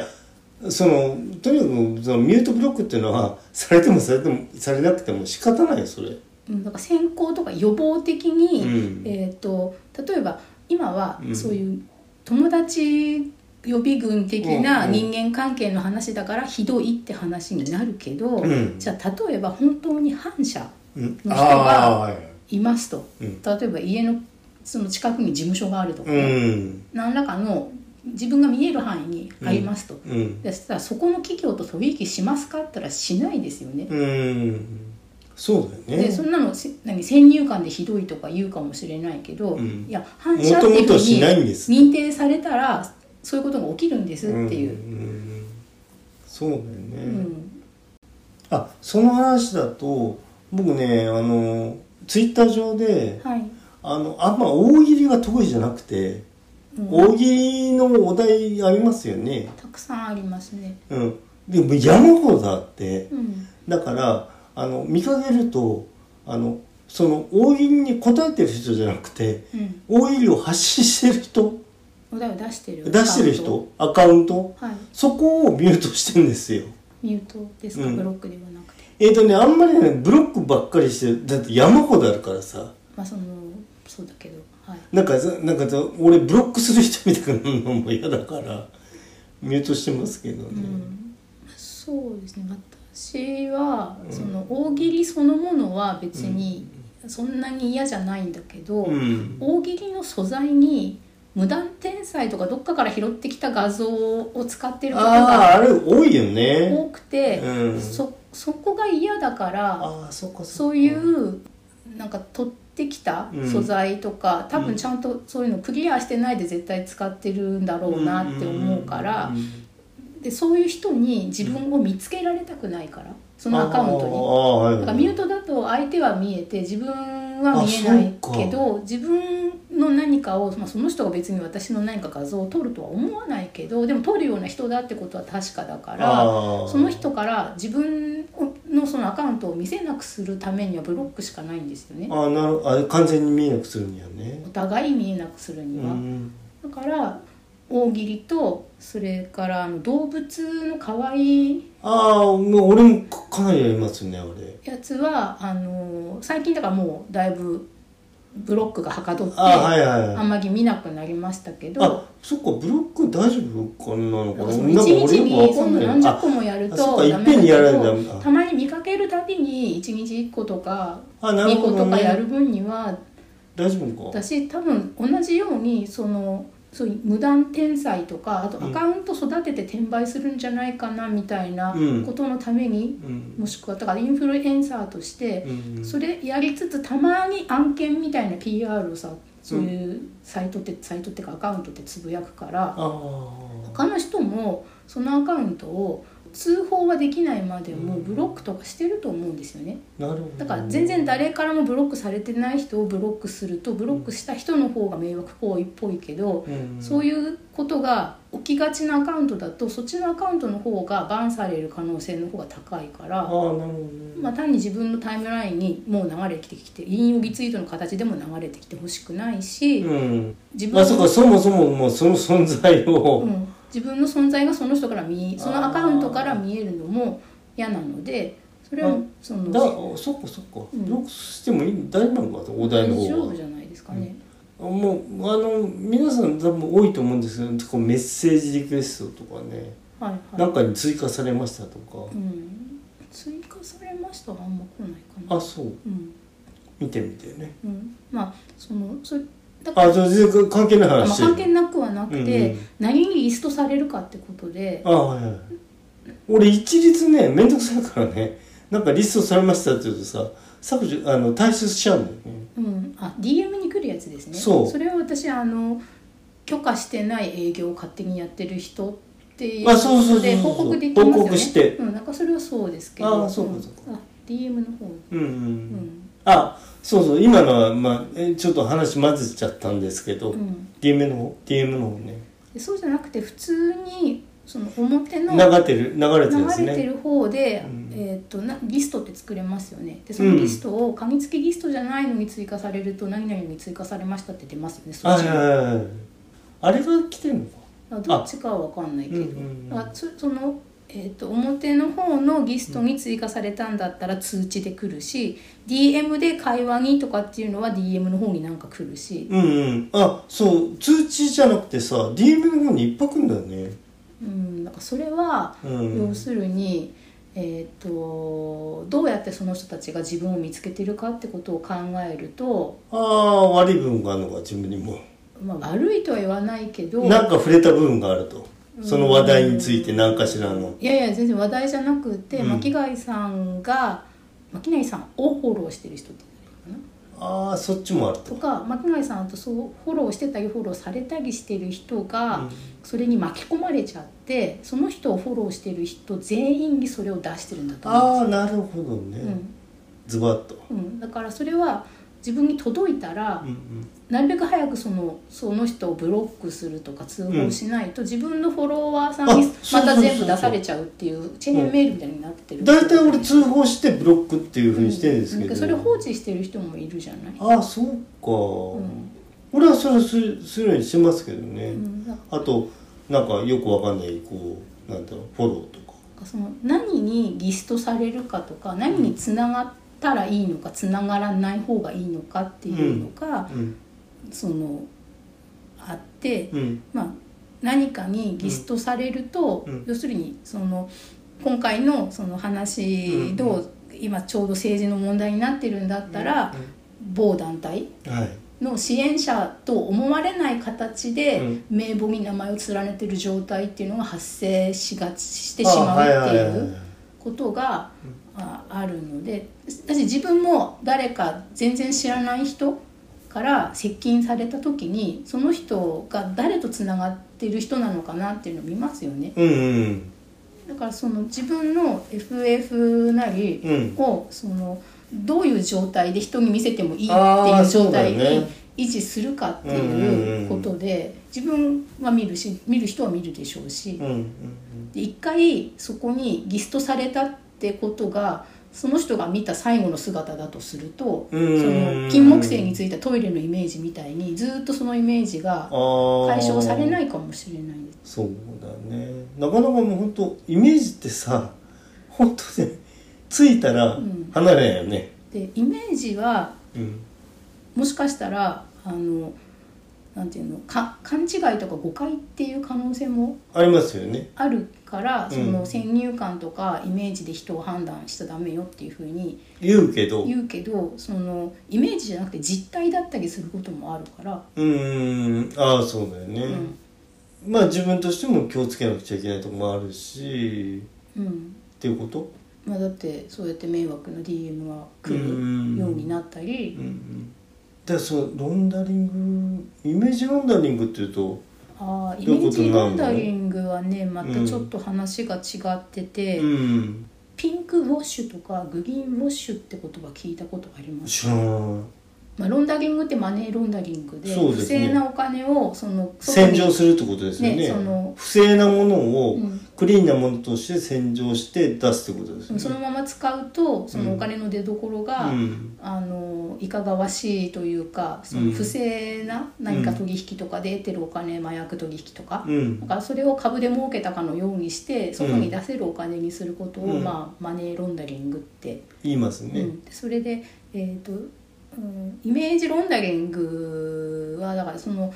Speaker 2: そのとにかくそのミュートブロックっていうのはされてもされてもされなくても仕方ないよそれ
Speaker 1: うんだから先行とか予防的に、
Speaker 2: うん
Speaker 1: えー、と例えば今は
Speaker 2: うん
Speaker 1: そういう友達予備軍的な
Speaker 2: うんうん
Speaker 1: 人間関係の話だからひどいって話になるけど、
Speaker 2: ん
Speaker 1: じゃあ例えば本当に反社
Speaker 2: うん
Speaker 1: の人
Speaker 2: ああ
Speaker 1: が
Speaker 2: はい
Speaker 1: いますと、
Speaker 2: うん
Speaker 1: 例えば家のその近くに事務所があるとか、
Speaker 2: うん
Speaker 1: 何らかの自分が見える範囲にありますと。
Speaker 2: うん
Speaker 1: でそしたらそこの企業と取引しますかって言ったらしないですよね。
Speaker 2: うんそうだよね
Speaker 1: でそんなのせ何先入観でひどいとか言うかもしれないけど、
Speaker 2: うん
Speaker 1: いや反射ってい
Speaker 2: もとも
Speaker 1: うふう
Speaker 2: としないん
Speaker 1: に
Speaker 2: です
Speaker 1: 認定されたらそういうことが起きるんですっていう、
Speaker 2: んんそうだよね、
Speaker 1: うん
Speaker 2: あその話だと僕ねあのツイッター上で
Speaker 1: はい、
Speaker 2: あのあんま大喜利が得意じゃなくて、
Speaker 1: うん
Speaker 2: 大喜利のお題ありますよね
Speaker 1: たくさんありますね、
Speaker 2: うんでも山ほどあって
Speaker 1: うん
Speaker 2: だからあの見かけるとあのその大喜利に答えてる人じゃなくて
Speaker 1: うん、
Speaker 2: 大喜利を発信してる人
Speaker 1: お題を出してる
Speaker 2: 出してる人アカウント
Speaker 1: はい
Speaker 2: そこをミュートしてるんですよ
Speaker 1: ミュートですか、
Speaker 2: うん
Speaker 1: ブロックではなくて、
Speaker 2: えっ、とねあんまりねブロックばっかりしてるだって山ほどあるからさ
Speaker 1: まあそのそうだけどはい
Speaker 2: なんかさなんかさ俺ブロックする人みたいなのも嫌だからミュートしてますけど
Speaker 1: う
Speaker 2: ね、
Speaker 1: んそうですね私はその大喜利そのものは別にそんなに嫌じゃないんだけど、
Speaker 2: うん
Speaker 1: 大喜利の素材に無断転載とかどっかから拾ってきた画像を使ってること
Speaker 2: ああ
Speaker 1: が
Speaker 2: あれ多いよね
Speaker 1: 多くて、
Speaker 2: うん
Speaker 1: そそこが嫌だから
Speaker 2: ああそっかっか
Speaker 1: そういうなんか取ってきた素材とか、多分ちゃんとそういうのクリアしてないで絶対使ってるんだろうなって思うから、
Speaker 2: うん
Speaker 1: でそういう人に自分を見つけられたくないからそのアカウントに。
Speaker 2: ああはい
Speaker 1: だ
Speaker 2: はい
Speaker 1: からミュートだと相手は見えて自分は見えないけど自分の何かを、まあ、その人が別に私の何か画像を撮るとは思わないけどでも撮るような人だってことは確かだから
Speaker 2: ああ
Speaker 1: その人から自分のそのアカウントを見せなくするためにはブロックしかないんですよね
Speaker 2: ああなるあ完全に見えなくするにはね
Speaker 1: お互い見えなくするに
Speaker 2: う
Speaker 1: は。
Speaker 2: ん
Speaker 1: だから大喜利とそれからあの動物の可愛い
Speaker 2: ああもう俺もかかなりやりますねあれ
Speaker 1: やつはあの最近だからもうだいぶブロックがはかどって
Speaker 2: ああはいはい
Speaker 1: あんまり見なくなりましたけど
Speaker 2: あ、そっか、ブロック大丈夫かなのか
Speaker 1: なん
Speaker 2: な
Speaker 1: かその
Speaker 2: なん
Speaker 1: 一
Speaker 2: か
Speaker 1: 日にそ
Speaker 2: わ
Speaker 1: の
Speaker 2: かんない
Speaker 1: 何十個もやる
Speaker 2: あそっ
Speaker 1: と
Speaker 2: か
Speaker 1: ダメだ
Speaker 2: いっぺんにやられたら
Speaker 1: け
Speaker 2: ダメ
Speaker 1: ど
Speaker 2: だ
Speaker 1: たまに見かけるたびに一日一個とか
Speaker 2: あ、あなる
Speaker 1: 2
Speaker 2: ほ
Speaker 1: 個
Speaker 2: ど
Speaker 1: とかや
Speaker 2: ね。
Speaker 1: る分には
Speaker 2: 大丈夫か
Speaker 1: だし多分同じようにそのそういう無断転載とかあと
Speaker 2: うん
Speaker 1: アカウント育てて転売するんじゃないかなみたいな
Speaker 2: うん
Speaker 1: ことのために、
Speaker 2: うん
Speaker 1: もしくはだからインフルエンサーとして
Speaker 2: うん
Speaker 1: それやりつつたまに案件みたいな PR をさそういうサイトってサイトってかアカウントってつぶやくから
Speaker 2: ああ
Speaker 1: 他の人もそのアカウントを通報はできないまでも
Speaker 2: うん
Speaker 1: ブロックとかしてると思うんですよね
Speaker 2: なるほど
Speaker 1: だから全然誰からもブロックされてない人をブロックするとブロックした人の方が迷惑行為っぽいけど
Speaker 2: うん
Speaker 1: そういうことが起きがちなアカウントだとそっちのアカウントの方がバンされる可能性の方が高いから。
Speaker 2: ああなるほどね
Speaker 1: まあ、単に自分のタイムラインにもう流れてきて引用リツイートの形でも流れてきてほしくないし、
Speaker 2: うん
Speaker 1: 自分
Speaker 2: まあそうか
Speaker 1: の
Speaker 2: そもそももうその存在を、
Speaker 1: うん、自分の存在がその人から見えそのアカウントから見えるのも嫌なのでそれは
Speaker 2: あ
Speaker 1: そ
Speaker 2: だ
Speaker 1: の
Speaker 2: そっかそっか、
Speaker 1: うん
Speaker 2: ブロックしてもいい大丈夫なのかお題の
Speaker 1: 大丈
Speaker 2: 方は
Speaker 1: 夫じゃないですかね。
Speaker 2: もうあの皆さん多分多いと思うんですけどこうメッセージリクエストとかね、
Speaker 1: はい
Speaker 2: な
Speaker 1: は
Speaker 2: んかに追加されましたとか
Speaker 1: い、うん、追加されましたはあんま来ないかな。
Speaker 2: あそう
Speaker 1: うん
Speaker 2: 見てみてね
Speaker 1: うん、まあそのそれだから
Speaker 2: あじゃあ全然関係ない
Speaker 1: まあ
Speaker 2: 話
Speaker 1: 関係なくはなくて、
Speaker 2: うんうん
Speaker 1: 何にリストされるかってことで。
Speaker 2: あはいはい俺一律ね面倒くさいからねなんかリストされましたって言うとさ削除あの退出しちゃうんだよね
Speaker 1: うん、あ DM に来るやつですね
Speaker 2: そう
Speaker 1: れは私あの許可してない営業を勝手にやってる人っていう
Speaker 2: あそうそうそうそう
Speaker 1: で報告できますよね
Speaker 2: 報告して
Speaker 1: うん、なんかそれはそうですけど
Speaker 2: あそうかそうか
Speaker 1: んあ DM の方
Speaker 2: うんうん、
Speaker 1: う
Speaker 2: うん、
Speaker 1: ん
Speaker 2: あそうそう今のは、まあえ、ちょっと話混ぜちゃったんですけど、
Speaker 1: うん
Speaker 2: DM の方 DM の方ね
Speaker 1: でそうじゃなくて普通にその表の
Speaker 2: 流れてる流れてるです
Speaker 1: 流れて
Speaker 2: ね
Speaker 1: る方で、
Speaker 2: うん
Speaker 1: えー、となリストって作れますよねでそのリストを鍵付きリストじゃないのに追加されると何々に追加されましたって出ますよねそ
Speaker 2: あ
Speaker 1: っ
Speaker 2: は
Speaker 1: ち
Speaker 2: い
Speaker 1: に
Speaker 2: はいはいあれが来てんのか
Speaker 1: あどっちかは分かんないけど、
Speaker 2: うんうんうん
Speaker 1: あつその、えー、と表の方のギストに追加されたんだったら通知で来るし、DM で会話にとかっていうのは DM の方になんか来るし、
Speaker 2: うんうんあそう通知じゃなくてさ DM の方にいっぱい来るんだよね
Speaker 1: うん、なんかそれは、
Speaker 2: うん
Speaker 1: 要するに、えー、とどうやってその人たちが自分を見つけてるかってことを考えると、
Speaker 2: ああ悪い部分があるのか自分にも
Speaker 1: まあ、悪いとは言わないけど。
Speaker 2: なんか触れた部分があるとその話題について何かしらの
Speaker 1: いやいや全然話題じゃなくて、
Speaker 2: うん
Speaker 1: 巻貝さんが巻貝さんをフォローしてる人って言うのかな
Speaker 2: ああそっちもあると
Speaker 1: とか巻貝さんとそうフォローしてたりフォローされたりしてる人が、
Speaker 2: うん
Speaker 1: それに巻き込まれちゃってその人をフォローしてる人全員にそれを出してるんだと思
Speaker 2: あ
Speaker 1: う
Speaker 2: あなるほど
Speaker 1: ん
Speaker 2: ね、
Speaker 1: ですよ
Speaker 2: ズバッと、
Speaker 1: うんうん、だからそれは自分に届いたら、
Speaker 2: うんうん、
Speaker 1: なるべく早くそのその人をブロックするとか通報しないと、自分のフォロワーさんに
Speaker 2: あそうそうそ
Speaker 1: ま
Speaker 2: う
Speaker 1: た全部出されちゃうっていうチェーンメールみたいになってる、
Speaker 2: 大体俺通報してブロックっていうふうにしてるんですけ
Speaker 1: う
Speaker 2: ど、
Speaker 1: なんかそれ放置してる人もいるじゃない、
Speaker 2: ああそうか、
Speaker 1: ん
Speaker 2: 俺はそれするするようにしてますけどね、
Speaker 1: うん、なんか
Speaker 2: あとなんかよくわかんないこうなんだろうフォローとか
Speaker 1: その何にギストされるかとか何につながったらいいのかつながらない方がいいのかっていうのが、
Speaker 2: うん
Speaker 1: そのあって、
Speaker 2: うん
Speaker 1: まあ、何かにギストされると、
Speaker 2: うん
Speaker 1: 要するにその今回のその話の、
Speaker 2: うん
Speaker 1: 今ちょうど政治の問題になってるんだったら、某団体
Speaker 2: はい
Speaker 1: の支援者と思われない形で、
Speaker 2: うん
Speaker 1: 名簿に名前を連ねてる状態っていうのが発生しがちしてし
Speaker 2: あ
Speaker 1: まう
Speaker 2: はい
Speaker 1: っ
Speaker 2: は
Speaker 1: て
Speaker 2: い
Speaker 1: い
Speaker 2: は
Speaker 1: う
Speaker 2: い
Speaker 1: ことがああるので私自分も誰か全然知らない人から接近された時にその人が誰とつながってる人なのかなっていうのを見ますよね
Speaker 2: うんうん
Speaker 1: だからその自分の FF なり
Speaker 2: うん
Speaker 1: をそのどういう状態で人に見せてもいいって
Speaker 2: あ
Speaker 1: い
Speaker 2: ー
Speaker 1: う状態
Speaker 2: そうだよ
Speaker 1: に
Speaker 2: ね
Speaker 1: 維持するかって
Speaker 2: うんうんう
Speaker 1: い
Speaker 2: ん
Speaker 1: うことで自分は見るし見る人は見るでしょうし
Speaker 2: うんうん
Speaker 1: で一回そこにギストされたってことがその人が見た最後の姿だとすると
Speaker 2: う
Speaker 1: そ
Speaker 2: ん
Speaker 1: の金木犀についたトイレのイメージみたいにずっとそのイメージが解
Speaker 2: 解
Speaker 1: 消されないいかもしれないです
Speaker 2: そうだねなかなかもう本当イメージってさ本当ねついたら
Speaker 1: ん
Speaker 2: 離れないよね
Speaker 1: でイメージは
Speaker 2: うん
Speaker 1: もしかしたらあのなんていうのか勘違いとか誤解っていう可能性も
Speaker 2: ありますよね
Speaker 1: あるからそ
Speaker 2: うん
Speaker 1: の先入観とかイメージで人を判断しちゃダメよっていうふうに
Speaker 2: 言うけどう
Speaker 1: 言うけどそのイメージじゃなくて実態だったりすることもあるから、
Speaker 2: ーんああそうだよね、
Speaker 1: うん
Speaker 2: まあ自分としても気をつけなくちゃいけないとこもあるし
Speaker 1: うん
Speaker 2: っていうこと
Speaker 1: まあ、だってそうやって迷惑な DM が来
Speaker 2: うん
Speaker 1: るようになったり、
Speaker 2: うんうんだからそのロンダリングイメージロンダリングっていうと
Speaker 1: あーイ
Speaker 2: ど
Speaker 1: メ
Speaker 2: ういう
Speaker 1: ー
Speaker 2: ことに
Speaker 1: ジ
Speaker 2: なるの
Speaker 1: ロンダリングはねまたちょっと話が違ってて、
Speaker 2: うん
Speaker 1: ピンクウォッシュとかグリーンウォッシュって言葉聞いたことあります
Speaker 2: 知らない
Speaker 1: まあ、ロンダリングってマネーロンダリングで
Speaker 2: そうで
Speaker 1: 不
Speaker 2: すね
Speaker 1: 正なお金をその
Speaker 2: 洗浄
Speaker 1: 外に
Speaker 2: するってことですよね
Speaker 1: ねその
Speaker 2: 不正なものを
Speaker 1: うん
Speaker 2: クリーンなものとして洗浄して出すってことですよね
Speaker 1: そのまま使うとそのお金の出所が、
Speaker 2: うん
Speaker 1: あのいかがわしいというかそうの
Speaker 2: ん
Speaker 1: 不正な何か取引とかで得てるお金、麻薬取引とか、
Speaker 2: うん
Speaker 1: だからそれを株で儲けたかのようにして外に出せるお金にすることを、
Speaker 2: うん
Speaker 1: まあ、マネーロンダリングって、
Speaker 2: 言います
Speaker 1: う
Speaker 2: ね
Speaker 1: ん、でそれで、えーとうん、イメージロンダリングはだからその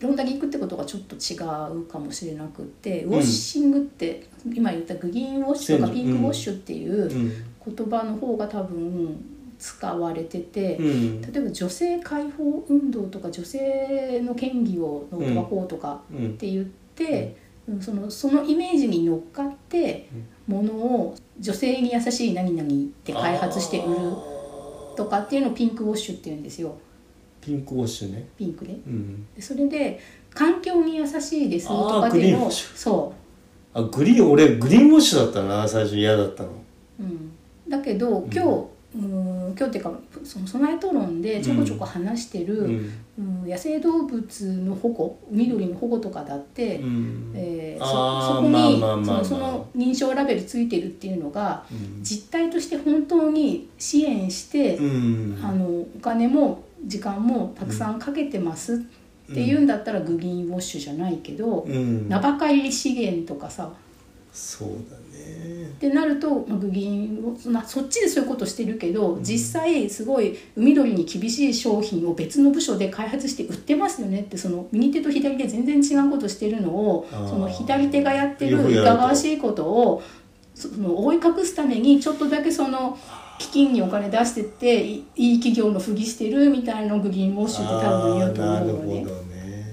Speaker 1: ロンダリングってことがちょっと違うかもしれなくてウォッシングって、今言ったグリーンウォッシュとかピンクウォッシュっていう
Speaker 2: うん
Speaker 1: 言葉の方が多分使われてて。
Speaker 2: うん
Speaker 1: 例えば女性解放運動とか女性の権利をの法とか
Speaker 2: う
Speaker 1: っ
Speaker 2: ん
Speaker 1: て言って、うんそのそのイメージに乗っかってものを女性に優しい何々って開発して売るとかっていうのをピンクウォッシュっていうんですよ
Speaker 2: ピンクウォッシュね
Speaker 1: ピンクで。
Speaker 2: うん
Speaker 1: でそれで環境に優しいですとか
Speaker 2: あー
Speaker 1: っていう
Speaker 2: グリー
Speaker 1: の
Speaker 2: ンウォ
Speaker 1: を
Speaker 2: ッシュ
Speaker 1: そ
Speaker 2: あグリーン俺グリーンウォッシュだったな最初嫌だったの
Speaker 1: う、うん、だけど今日、うん今日っていうかその備え討論でちょこちょこ話してる、
Speaker 2: うん
Speaker 1: うん野生動物の保護緑の保護とかだって、
Speaker 2: うん
Speaker 1: えーそ
Speaker 2: あー
Speaker 1: そこに
Speaker 2: まあまあ
Speaker 1: そ
Speaker 2: まあまあ
Speaker 1: のその認証ラベルついてるっていうのが
Speaker 2: うん
Speaker 1: 実態として本当に支援して、
Speaker 2: うん
Speaker 1: あのお金も時間もたくさんかけてますっていうんだったらグリーンウォッシュじゃないけど、
Speaker 2: うん
Speaker 1: 名ばかり資源とかさ
Speaker 2: そうだね
Speaker 1: ってなるとまあグリーンをそんなそっちでそういうことしてるけど、実際すごい海鳥に厳しい商品を別の部署で開発して売ってますよねってその右手と左手全然違うことしてるのを
Speaker 2: あー
Speaker 1: その左手がやって
Speaker 2: 両方
Speaker 1: る
Speaker 2: や
Speaker 1: い
Speaker 2: ると
Speaker 1: かがわしいことをそその覆い隠すためにちょっとだけその基金にお金出してっていいい企業のふぎしてるみたいなのをグリーンウォッシュって多分言うと
Speaker 2: あーなる
Speaker 1: 思うよ
Speaker 2: ほ
Speaker 1: ね。
Speaker 2: どね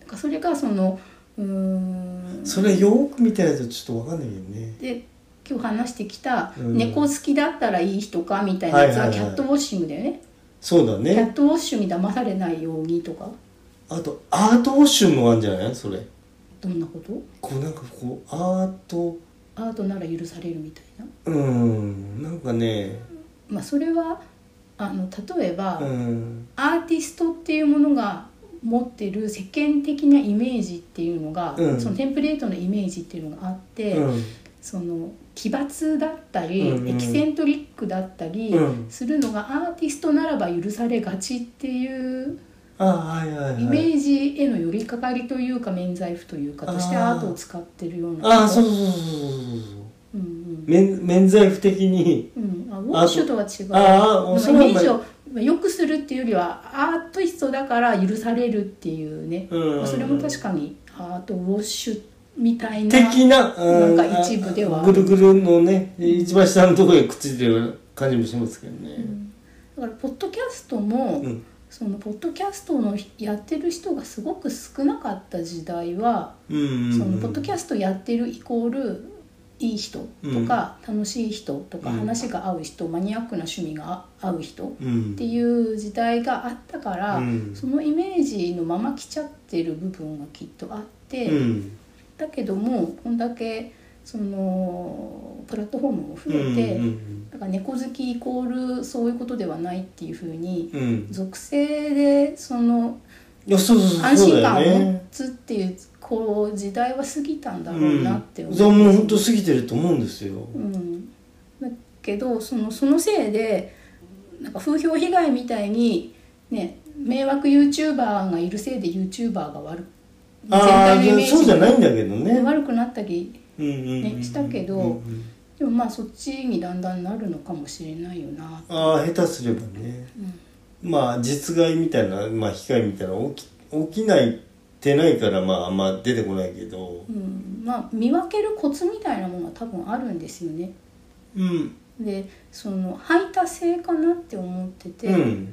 Speaker 1: だからそれがそのうーん
Speaker 2: それよーく見てないとちょっとわかんないよね
Speaker 1: で今日話してきた
Speaker 2: うん
Speaker 1: 猫好きだったらいい人かみたいなやつ
Speaker 2: は
Speaker 1: は
Speaker 2: いはい
Speaker 1: キ
Speaker 2: はい
Speaker 1: ャットウォッシングだよね、
Speaker 2: そうだ
Speaker 1: キャ
Speaker 2: ね
Speaker 1: ットウォッシュに騙されないようにとか
Speaker 2: あとアートウォッシュもあるんじゃないそれ
Speaker 1: どんなこと
Speaker 2: こうなんかこうアート
Speaker 1: アートなら許されるみたいな、
Speaker 2: うんなんかね
Speaker 1: まあ、それはあの例えば、
Speaker 2: うん
Speaker 1: アーティストっていうものが持ってる世間的なイメージっていうのが、
Speaker 2: うん
Speaker 1: そのテンプレートのイメージっていうのがあって、
Speaker 2: うん
Speaker 1: その奇抜だったり、
Speaker 2: うんうん
Speaker 1: エキセントリックだったり
Speaker 2: うん
Speaker 1: するのがアーティストならば許されがちっていう
Speaker 2: あはいはいはい
Speaker 1: イメージへの寄りかかりというか免罪符というかとして
Speaker 2: あー
Speaker 1: アートを使ってるような
Speaker 2: ああそう
Speaker 1: う、
Speaker 2: そうそうそうそうそう
Speaker 1: うん
Speaker 2: 免免罪符的に
Speaker 1: うんうん、あウォッシュとは違う
Speaker 2: あーあーそ
Speaker 1: で
Speaker 2: れ
Speaker 1: も
Speaker 2: は
Speaker 1: イメージを良くするっていうよりはアーティストだから許されるっていうね、
Speaker 2: うん
Speaker 1: それも確かにアートウォッシュみたいな
Speaker 2: 的なう
Speaker 1: なんか一部では
Speaker 2: ぐるぐるのね一番下のところにくっついてる感じもしますけどね
Speaker 1: だからポッドキャストも、
Speaker 2: うん
Speaker 1: そのポッドキャストのやってる人がすごく少なかった時代は、
Speaker 2: うん
Speaker 1: そのポッドキ
Speaker 2: ャ
Speaker 1: ャストやってるイコールいい人とか、楽しい人とか、
Speaker 2: うん
Speaker 1: 話が合う人マニアックな趣味が合う人っ
Speaker 2: うん
Speaker 1: ていう時代があったから、
Speaker 2: うん
Speaker 1: そのイメージのまま来ちゃってる部分がきっとあって、
Speaker 2: うん
Speaker 1: だけどもこんだけそのプラットフォームも増えて、
Speaker 2: うんうん
Speaker 1: だから猫好きイコールそういうことではないっていうふうに、
Speaker 2: うんうん
Speaker 1: 属性でその
Speaker 2: いやそうそうそう
Speaker 1: 安
Speaker 2: そう
Speaker 1: 心
Speaker 2: だ
Speaker 1: 感
Speaker 2: よ
Speaker 1: を
Speaker 2: ね
Speaker 1: 持つっていうこう時代は過ぎたんだろうなって
Speaker 2: うん、
Speaker 1: 思
Speaker 2: じゃあ
Speaker 1: う、
Speaker 2: もう本当過ぎてると思うんですよ、
Speaker 1: うんだけどそのそのせいでなんか風評被害みたいにね迷惑 YouTuber がいるせいで YouTuber が悪全
Speaker 2: あ
Speaker 1: 体
Speaker 2: あ
Speaker 1: のイメー
Speaker 2: そう
Speaker 1: ジ
Speaker 2: じゃない
Speaker 1: が
Speaker 2: んだけどね
Speaker 1: 悪くなったり
Speaker 2: うんうんうん
Speaker 1: ねしたけど
Speaker 2: うんうん
Speaker 1: でもまあそっちにだんだんなるのかもしれないよな。
Speaker 2: ああ下手すればね、まあ実害みたいなまあ被害みたいなの大き起きないってないからまああんま出てこないけど
Speaker 1: うん、まあ見分けるコツみたいなものは多分あるんですよね
Speaker 2: うん
Speaker 1: でその排他性かなって思ってて、
Speaker 2: うん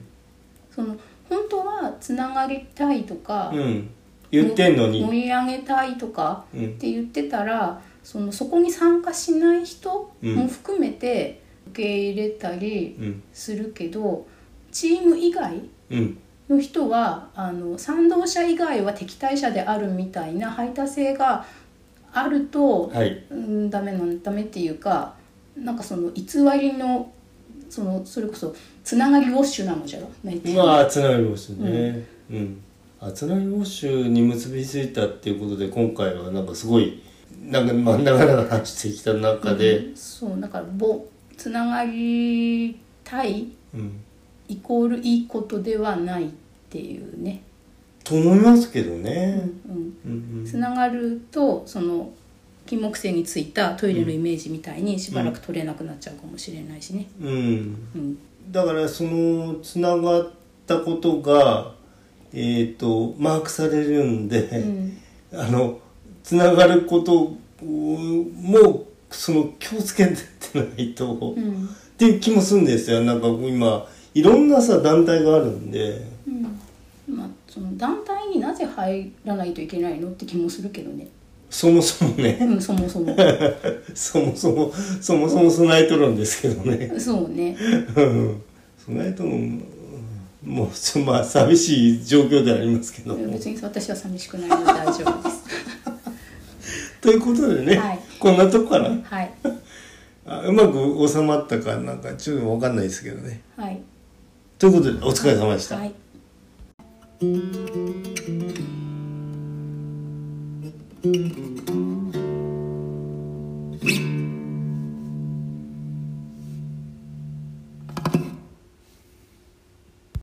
Speaker 1: その本当はつながりたいとか、
Speaker 2: うん言ってんのに
Speaker 1: 盛り上げたいとか
Speaker 2: うん
Speaker 1: って言ってたらそのそこに参加しない人も含めて受け入れたり
Speaker 2: うん
Speaker 1: するけど、チーム以外
Speaker 2: うん
Speaker 1: の人はあの賛同者以外は敵対者であるみたいな排他性があると、
Speaker 2: はい
Speaker 1: うん、ダメなんダメっていうかなんかその偽りのそのそれこそつながりウォッシュなのじゃないっていう
Speaker 2: まあつながりウォッシュねうんあつながりウォッシュに結びついたっていうことで今回はなんかすごいなんか真ん中ら話してきた中で
Speaker 1: うんそうだからぼつながりたい
Speaker 2: うん
Speaker 1: イコールいいことではないっていうね、
Speaker 2: と思いますけど
Speaker 1: う
Speaker 2: ね
Speaker 1: ん
Speaker 2: うんうん
Speaker 1: つながるとその金木犀についたトイレのイメージみたいにしばらく取れなくなっちゃうかもしれないしね、
Speaker 2: うん
Speaker 1: うん
Speaker 2: だからそのつながったことがえっ、とマークされるんで、
Speaker 1: うん
Speaker 2: あのつながることもその気をつけてないと、
Speaker 1: う
Speaker 2: っ
Speaker 1: ん
Speaker 2: ていう気もするんですよなんか今いろんなさ団体があるんで
Speaker 1: うんまあ、その団体になぜ入らないといけないのって気もするけどね、
Speaker 2: そもそも
Speaker 1: う
Speaker 2: ね
Speaker 1: ん、そもそ も
Speaker 2: そもそもそもそも備えとるんですけどね
Speaker 1: そうね
Speaker 2: うん備えとるうんもうちょまあ寂しい状況ではありますけども
Speaker 1: 別に私は寂しくないので大丈夫です
Speaker 2: ということでね、
Speaker 1: はい
Speaker 2: こんなとこかな
Speaker 1: はい
Speaker 2: あうまく収まったかなんかちょっと分かんないですけどね
Speaker 1: はい
Speaker 2: ということでお疲れ様でした、
Speaker 1: はい